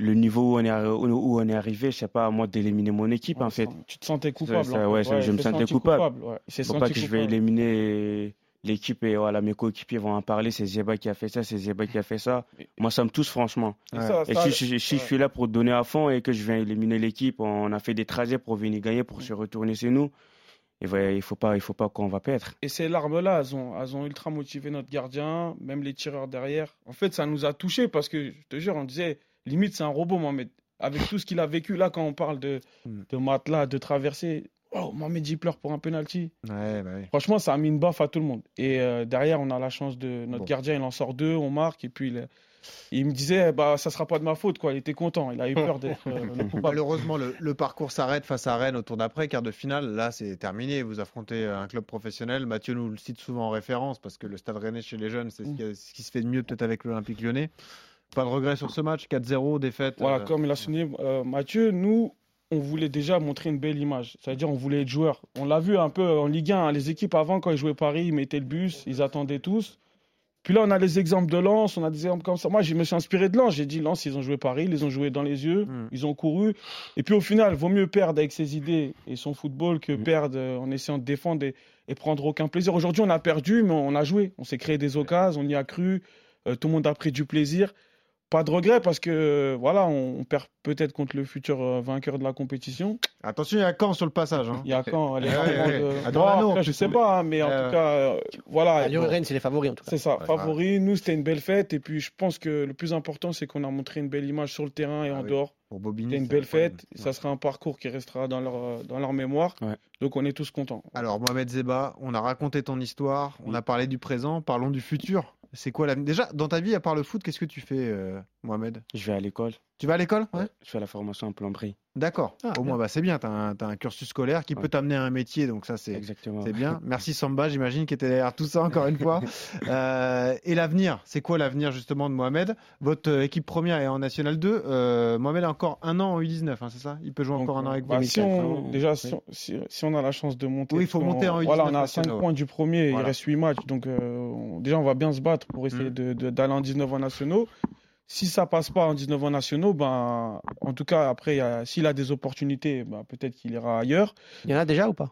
Speaker 5: Le niveau où on est, arri- où on est arrivé, je sais pas, à moi d'éliminer mon équipe, en fait.
Speaker 6: Tu te sentais coupable.
Speaker 5: ça,
Speaker 6: en fait.
Speaker 5: ouais, ça, je
Speaker 6: il
Speaker 5: me
Speaker 6: s'est
Speaker 5: sentais
Speaker 6: senti
Speaker 5: coupable.
Speaker 6: ouais. Il s'est
Speaker 5: Faut
Speaker 6: senti
Speaker 5: pas que je vais
Speaker 6: coupable.
Speaker 5: éliminer l'équipe et voilà, mes coéquipiers vont en parler. C'est Zeba qui a fait ça, c'est Zeba qui a fait ça. Moi, ça me touche franchement.
Speaker 6: Et
Speaker 8: Ouais.
Speaker 6: ça,
Speaker 5: Et
Speaker 6: ça,
Speaker 5: si, si- si je suis là pour donner à fond et que je viens éliminer l'équipe, on a fait des trajets pour venir gagner, pour se retourner chez nous. Et ouais, il faut pas, il faut pas qu'on va perdre.
Speaker 6: Et ces larmes-là, elles ont, elles ont ultra motivé notre gardien, même les tireurs derrière. En fait, ça nous a touchés parce que, je te jure, on disait, limite, c'est un robot, Mohamed. Avec tout ce qu'il a vécu, là, quand on parle de,
Speaker 5: Hum.
Speaker 8: Mm.
Speaker 6: de matelas, de traversée, oh, Mohamed, il pleure pour un penalty.
Speaker 8: Ouais, bah oui.
Speaker 6: Franchement, ça a mis une baffe à tout le monde. Et euh, derrière, on a la chance de. Notre
Speaker 8: Bon.
Speaker 6: gardien, il en sort deux, on marque, et puis il, il me disait, bah, ça sera pas de ma faute, quoi. Il était content, il a eu peur d'être euh, le coupable.
Speaker 2: Malheureusement, le, le parcours s'arrête face à Rennes au tour d'après, quart de finale. Là, c'est terminé. Vous affrontez euh, un club professionnel. Mathieu nous le cite souvent en référence parce que le stade rennais chez les jeunes, c'est ce, qui- ce qui se fait de mieux peut-être avec l'Olympique lyonnais. Pas de regret sur ce match. 4-0, défaite.
Speaker 6: Voilà,
Speaker 2: euh,
Speaker 6: comme il a souligné euh, Mathieu, nous, on voulait déjà montrer une belle image. C'est-à-dire, on voulait être joueur. On l'a vu un peu en Ligue 1. hein, les équipes avant, quand ils jouaient Paris, ils mettaient le bus, ils attendaient tous. Puis là, on a les exemples de Lens, on a des exemples comme ça. Moi, je me suis inspiré de Lens. J'ai dit, Lens, ils ont joué Paris, ils les ont joué dans les yeux,
Speaker 8: Mm.
Speaker 6: ils ont couru. Et puis au final, vaut mieux perdre avec ses idées et son football que
Speaker 5: Mm.
Speaker 6: perdre euh, en essayant de défendre et, et prendre aucun plaisir. Aujourd'hui, on a perdu, mais on a joué. On s'est créé des occasions, on y a cru. euh, tout le monde a pris du plaisir pas de regret parce que euh, voilà, on, on perd peut-être contre le futur euh, vainqueur de la compétition.
Speaker 8: Attention, il y a Caen sur le passage. hein.
Speaker 6: Il y a quand
Speaker 2: Eh,
Speaker 6: les
Speaker 8: Ouais,
Speaker 6: Armands
Speaker 8: ouais,
Speaker 6: de-
Speaker 8: ouais. À
Speaker 6: Non,
Speaker 8: Dorano,
Speaker 6: après, je
Speaker 8: tu
Speaker 6: sais
Speaker 8: tombes.
Speaker 6: pas, hein, mais en
Speaker 8: Ouais, ouais.
Speaker 6: tout cas, euh, voilà.
Speaker 3: À Lyon et Rennes, c'est les favoris en tout cas.
Speaker 6: C'est ça,
Speaker 2: Ouais.
Speaker 6: favori. Nous, c'était une belle fête. Et puis, je pense que le plus important, c'est qu'on a montré une belle image sur le terrain et
Speaker 2: Ah
Speaker 6: en
Speaker 2: oui.
Speaker 6: dehors.
Speaker 8: Pour
Speaker 6: C'était
Speaker 8: Bobigny.
Speaker 6: une
Speaker 8: c'est
Speaker 6: belle
Speaker 8: incroyable.
Speaker 6: fête. Ça sera un parcours qui restera dans leur, euh, dans leur mémoire.
Speaker 5: Ouais.
Speaker 6: Donc, on est tous contents.
Speaker 2: Alors, Mohamed Zeba, on a raconté ton histoire, on a parlé du présent, parlons du futur. C'est quoi l'avenir Déjà, dans ta vie, à part le foot, qu'est-ce que tu fais, euh, Mohamed
Speaker 5: Je vais à l'école,
Speaker 2: Tu vas à l'école ouais
Speaker 5: je fais la formation en plomberie.
Speaker 2: D'accord.
Speaker 3: Ah,
Speaker 2: Au
Speaker 3: bien.
Speaker 2: moins, bah, c'est bien, tu as, un cursus scolaire qui peut
Speaker 5: Ouais.
Speaker 2: t'amener à un métier, donc ça, c'est
Speaker 5: Exactement.
Speaker 2: c'est bien. Merci Samba, j'imagine, qui était derrière tout ça, encore une fois. Euh, et l'avenir, c'est quoi l'avenir, justement, de Mohamed Votre euh, équipe première est en National 2. Euh, Mohamed a encore un an en U19, hein, c'est ça Il peut jouer
Speaker 6: Donc,
Speaker 2: encore un an avec hein. vous
Speaker 6: bah, si on,
Speaker 5: 2004,
Speaker 6: déjà,
Speaker 5: oui.
Speaker 6: si, on- si- si on a la chance de monter.
Speaker 2: Oui, il faut
Speaker 6: parce qu'on-
Speaker 2: monter en
Speaker 6: Voilà,
Speaker 2: 19
Speaker 6: on a
Speaker 2: national,
Speaker 6: 5
Speaker 2: ouais.
Speaker 6: points du premier, il
Speaker 2: Voilà.
Speaker 6: reste 8 matchs. Donc, euh, on- déjà, on va bien se battre pour essayer
Speaker 2: Mm.
Speaker 6: de- de- d'aller en 19 ans nationaux. Si ça passe pas en 19 ans nationaux, ben, en tout cas, après, il y a- s'il a des opportunités, ben, peut-être qu'il ira ailleurs.
Speaker 3: Il y en a déjà ou pas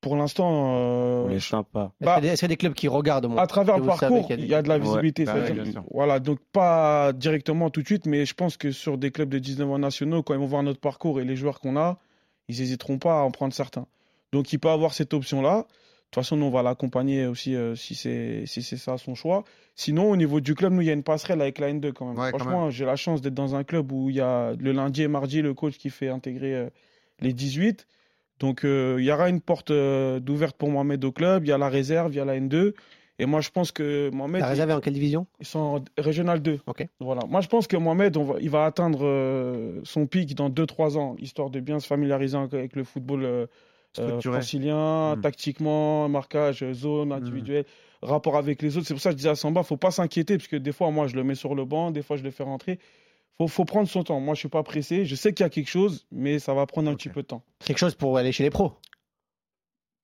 Speaker 6: Pour l'instant, euh,
Speaker 5: Pour les pas.
Speaker 3: Est-ce
Speaker 6: Bah-
Speaker 3: qu'il y a des- est-ce qu'il y a des clubs qui regardent au moins
Speaker 6: à travers
Speaker 3: Et
Speaker 6: le
Speaker 3: vous savez
Speaker 6: parcours,
Speaker 3: qu'il y a
Speaker 6: il
Speaker 3: des-
Speaker 6: y a de la
Speaker 5: Ouais,
Speaker 6: visibilité.
Speaker 2: bah
Speaker 6: c'est-à-dire-
Speaker 2: oui, bien sûr.
Speaker 6: voilà, donc pas directement tout de suite, mais je pense que sur des clubs de 19 ans nationaux, quand ils vont voir notre parcours et les joueurs qu'on a, ils n'hésiteront pas à en prendre certains. Donc il peut avoir cette option-là. De toute façon, nous, on va l'accompagner aussi euh, si c'est si c'est ça son choix. Sinon, au niveau du club, nous, il y a une passerelle avec la N2 quand même.
Speaker 2: Ouais, quand
Speaker 6: Franchement, j'ai la chance d'être dans un club où il y a le lundi et mardi le coach qui fait intégrer euh, les 18. Donc euh, il y aura une porte euh, d'ouverte pour Mohamed au club. Il y a la réserve, il y a la N2. Et moi, je pense que Mohamed,
Speaker 3: T'as réservé en quelle division
Speaker 6: ils sont en régional 2.
Speaker 3: Ok.
Speaker 6: Voilà. Moi, je pense que Mohamed, on va- il va atteindre euh, son pic dans 2-3 ans, histoire de bien se familiariser avec- avec le football euh, euh,
Speaker 2: Structuré.
Speaker 6: francilien,
Speaker 2: Mm.
Speaker 6: tactiquement, marquage, euh, zone individuelle,
Speaker 3: Mm.
Speaker 6: rapport avec les autres. C'est pour ça que je disais à Samba, faut pas s'inquiéter, parce que des fois, moi, je le mets sur le banc, des fois, je le fais rentrer. Faut, faut prendre son temps. Moi, je suis pas pressé. Je sais qu'il y a quelque chose, mais ça va prendre un
Speaker 2: Ok.
Speaker 6: petit peu de temps.
Speaker 3: Quelque chose pour aller chez les pros.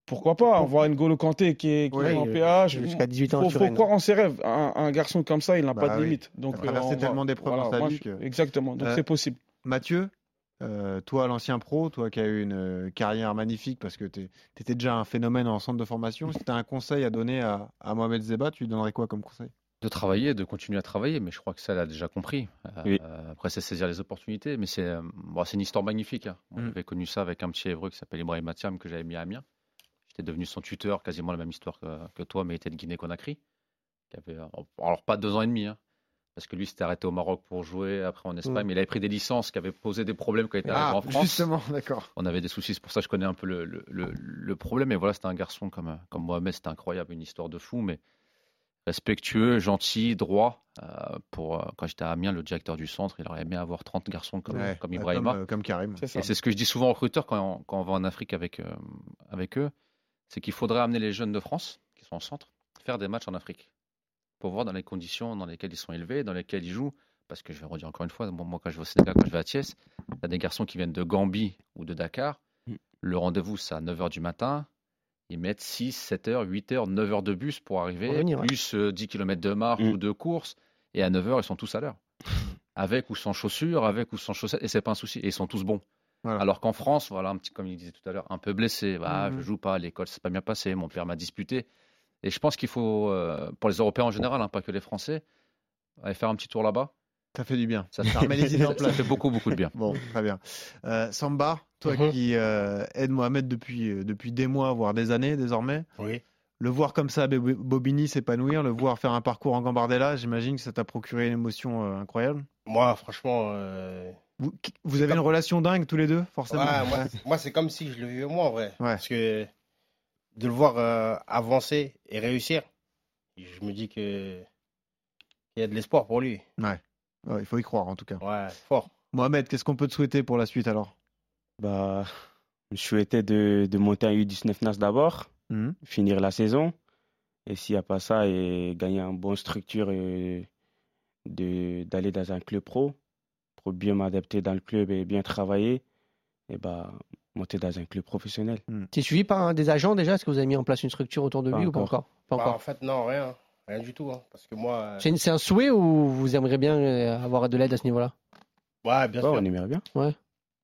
Speaker 6: Pourquoi pas On voit N'Golo Kanté qui est, qui est
Speaker 3: Oui,
Speaker 6: en
Speaker 3: euh,
Speaker 6: PH.
Speaker 3: Jusqu'à 18 ans
Speaker 6: Faut,
Speaker 3: à
Speaker 6: faut
Speaker 3: Turin.
Speaker 6: croire en ses rêves. Un, un garçon comme ça, il n'a
Speaker 2: Bah
Speaker 6: pas de
Speaker 2: oui.
Speaker 6: limite. Donc, euh,
Speaker 2: Il a traversé
Speaker 6: on va-
Speaker 2: tellement d'épreuves dans sa
Speaker 6: moi,
Speaker 2: vie
Speaker 6: je-
Speaker 2: que-
Speaker 6: Exactement. Donc,
Speaker 2: Euh,
Speaker 6: c'est possible.
Speaker 2: Mathieu, euh, toi l'ancien pro, toi qui as eu une euh, carrière magnifique parce que tu étais déjà un phénomène en centre de formation, si tu as un conseil à donner à, à Mohamed Zeba, tu lui donnerais quoi comme conseil
Speaker 4: De travailler, de continuer à travailler, mais je crois que ça, elle a déjà compris. Euh,
Speaker 5: Oui.
Speaker 4: Après, c'est saisir les opportunités, mais c'est euh, bon, c'est une histoire magnifique. hein. Moi,
Speaker 2: Mm.
Speaker 4: J'avais connu ça avec un petit hébreu qui s'appelle Ibrahim Matiam, que j'avais mis à Amiens. J'étais devenu son tuteur, quasiment la même histoire que, que toi, mais il était de Guinée-Conakry. qui avait, euh, alors, pas deux ans et demi, hein, parce que lui s'était arrêté au Maroc pour jouer, après
Speaker 2: Mm.
Speaker 4: en Espagne, mais il avait pris des licences qui avaient posé des problèmes quand il était
Speaker 7: Ah,
Speaker 4: arrivé en Bah, France.
Speaker 2: Ah, justement, d'accord.
Speaker 4: On avait des soucis, c'est pour ça que je connais un peu le, le- le- le problème. Et voilà, c'était un garçon comme, comme Mohamed, c'était incroyable, une histoire de fou, mais respectueux, gentil, droit. Euh, pour, euh, quand j'étais à Amiens, le directeur du centre, il aurait aimé avoir 30 garçons comme,
Speaker 2: Ouais,
Speaker 4: comme
Speaker 2: euh,
Speaker 4: Ibrahima.
Speaker 2: Comme, euh, comme Karim.
Speaker 6: C'est ça.
Speaker 4: Et c'est ce que je dis souvent aux recruteurs quand on, quand on va en Afrique avec, euh, avec eux, c'est qu'il faudrait amener les jeunes de France, qui sont en centre, faire des matchs en Afrique, pour voir dans les conditions dans lesquelles ils sont élevés, dans lesquelles ils jouent. Parce que je vais redire encore une fois, bon, moi quand je vais au Sénégal, quand je vais à Thiès, il y a des garçons qui viennent de Gambie ou de Dakar.
Speaker 5: Mm.
Speaker 4: Le rendez-vous, c'est à 9h du matin. Ils mettent 6, 7 heures, 8 heures, 9 heures de bus pour arriver,
Speaker 3: Pour venir, ouais.
Speaker 4: plus euh, 10 km de marche
Speaker 5: Mm.
Speaker 4: ou de course. Et à 9 heures, ils sont tous à l'heure. avec ou sans chaussures, avec ou sans chaussettes. Et c'est pas un souci. Et ils sont tous bons.
Speaker 2: Voilà.
Speaker 4: Alors qu'en France, voilà, un petit, comme il disait tout à l'heure, un peu blessé. Bah,
Speaker 2: Mhm.
Speaker 4: Je joue pas à l'école, c'est pas bien passé. Mon père m'a disputé. Et je pense qu'il faut, euh, pour les Européens en général, hein, pas que les Français, aller faire un petit tour là-bas.
Speaker 2: Ça fait du bien.
Speaker 4: Ça,
Speaker 2: Ça remet les idées en
Speaker 4: ça
Speaker 2: place.
Speaker 4: fait beaucoup, beaucoup de bien.
Speaker 2: Bon, très bien. Euh, Samba, toi
Speaker 7: Mhm.
Speaker 2: qui euh, aides Mohamed depuis, euh, depuis des mois, voire des années désormais,
Speaker 7: Oui.
Speaker 2: le voir comme ça à Bé- Bobigny s'épanouir, le voir faire un parcours en Gambardella, j'imagine que ça t'a procuré une émotion euh, incroyable.
Speaker 7: Moi, franchement, euh,
Speaker 2: Vous, qui- vous avez une relation dingue tous les deux, forcément.
Speaker 7: ouais, moi, moi, c'est comme si je le vivais moi en vrai.
Speaker 2: Ouais.
Speaker 7: Parce que de le voir euh, avancer et réussir, je me dis que il y a de l'espoir pour lui.
Speaker 2: Ouais, il faut y croire en tout cas.
Speaker 7: Ouais, fort.
Speaker 2: Mohamed, qu'est-ce qu'on peut te souhaiter pour la suite alors
Speaker 5: Bah, je souhaitais de, de monter un U19 NAS d'abord,
Speaker 3: Hmm
Speaker 2: Mhm.
Speaker 5: finir la saison, et s'il n'y a pas ça, et gagner un bon structure, et de, d'aller dans un club pro, pour bien m'adapter dans le club et bien travailler, et bah, monter dans un club professionnel.
Speaker 3: T'es suivi par un des agents déjà Est-ce que vous avez mis en place une structure autour de
Speaker 5: Pas
Speaker 3: lui ou pas encore Pas
Speaker 7: Bah,
Speaker 3: encore.
Speaker 7: en fait, non, rien. Rien du tout. hein. Parce que moi, euh,
Speaker 3: C'est une- c'est un souhait ou vous aimeriez bien euh, avoir de l'aide à ce niveau-là
Speaker 7: ouais, bien
Speaker 5: Bah,
Speaker 7: sûr.
Speaker 5: on aimerait bien.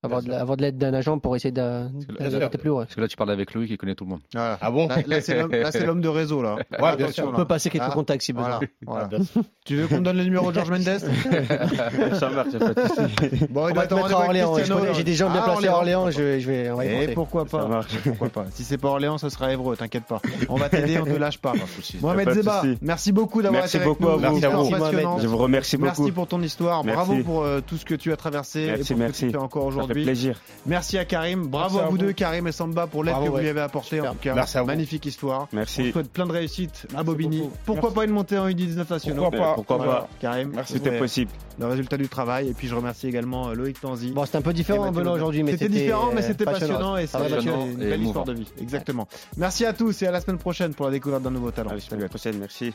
Speaker 3: Avoir de la- avoir de l'aide d'un agent pour essayer d'a-
Speaker 4: que-
Speaker 3: d'aller
Speaker 7: Bien
Speaker 3: un peu plus haut, ouais.
Speaker 4: Parce que là, tu parles avec Louis qui connaît tout le monde.
Speaker 2: Voilà.
Speaker 7: Ah bon
Speaker 2: Là, là, c'est l'homme- là, c'est l'homme de réseau là.
Speaker 7: Ouais, bien
Speaker 2: Attention,
Speaker 7: sûr.
Speaker 3: On
Speaker 2: là.
Speaker 3: peut passer quelques
Speaker 2: Ah,
Speaker 3: contacts si besoin.
Speaker 2: Voilà, voilà.
Speaker 7: Ah, bien sûr.
Speaker 2: Tu veux qu'on te donne le numéro de Georges Mendes
Speaker 5: ça marche, c'est pas de souci.
Speaker 2: Bon, eh ben,
Speaker 3: On va te mettre à Orléans. ouais, je connais- J'ai des gens bien
Speaker 2: Ah,
Speaker 3: placés à Orléans. Je, je vais, on va y
Speaker 2: Et
Speaker 3: penser.
Speaker 2: pourquoi
Speaker 5: Ça
Speaker 2: pas
Speaker 5: marche.
Speaker 2: Pourquoi pas Si c'est pas Orléans, ça sera Évreux, t'inquiète pas. On va t'aider, on te lâche pas.
Speaker 4: Pas de soucis.
Speaker 2: Mohamed
Speaker 5: Pas de
Speaker 2: Zeba,
Speaker 5: souci.
Speaker 2: merci beaucoup d'avoir
Speaker 5: Merci
Speaker 2: été avec
Speaker 5: beaucoup
Speaker 2: nous.
Speaker 5: à vous.
Speaker 2: Merci
Speaker 5: Merci à vous,
Speaker 2: passionnant.
Speaker 5: Je vous remercie beaucoup.
Speaker 2: Merci pour ton histoire,
Speaker 5: Merci.
Speaker 2: bravo pour euh, tout ce que tu as traversé et
Speaker 5: Merci,
Speaker 2: pour ce que
Speaker 5: merci.
Speaker 2: tu fais encore
Speaker 5: Ça fait
Speaker 2: aujourd'hui.
Speaker 5: plaisir.
Speaker 2: Merci à Karim, bravo
Speaker 6: Merci
Speaker 2: à
Speaker 6: à
Speaker 2: vous,
Speaker 6: vous.
Speaker 2: deux, Karim et Samba, pour l'aide que
Speaker 3: Bravo,
Speaker 2: vous lui
Speaker 3: ouais.
Speaker 2: avez apportée en
Speaker 3: Super.
Speaker 2: tout cas.
Speaker 7: Merci à vous.
Speaker 2: Magnifique histoire. Je
Speaker 5: Merci.
Speaker 2: souhaite plein de réussite à
Speaker 6: Merci
Speaker 2: Bobigny.
Speaker 6: beaucoup.
Speaker 2: Pourquoi
Speaker 6: Merci.
Speaker 2: pas une montée en U19 nationaux
Speaker 6: Pourquoi pas
Speaker 5: Pourquoi
Speaker 6: Voilà.
Speaker 5: pas
Speaker 2: Karim,
Speaker 6: Merci.
Speaker 5: Tout est
Speaker 2: ouais,
Speaker 5: possible.
Speaker 2: le résultat du travail. Et puis je remercie également euh, Loïc Tanzi.
Speaker 3: Bon, c'était un peu différent,
Speaker 2: Et Mathieu
Speaker 3: Benoît,
Speaker 2: Leblanc.
Speaker 3: aujourd'hui. mais euh,
Speaker 2: C'était différent, mais c'était passionnant et c'est
Speaker 3: Ah ouais,
Speaker 2: une
Speaker 4: passionnant et
Speaker 2: belle histoire
Speaker 4: émouvant.
Speaker 2: de vie. Exactement. Merci à tous et à la semaine prochaine pour la découverte d'un nouveau talent.
Speaker 5: À la
Speaker 2: Salut à
Speaker 5: semaine prochaine. Merci.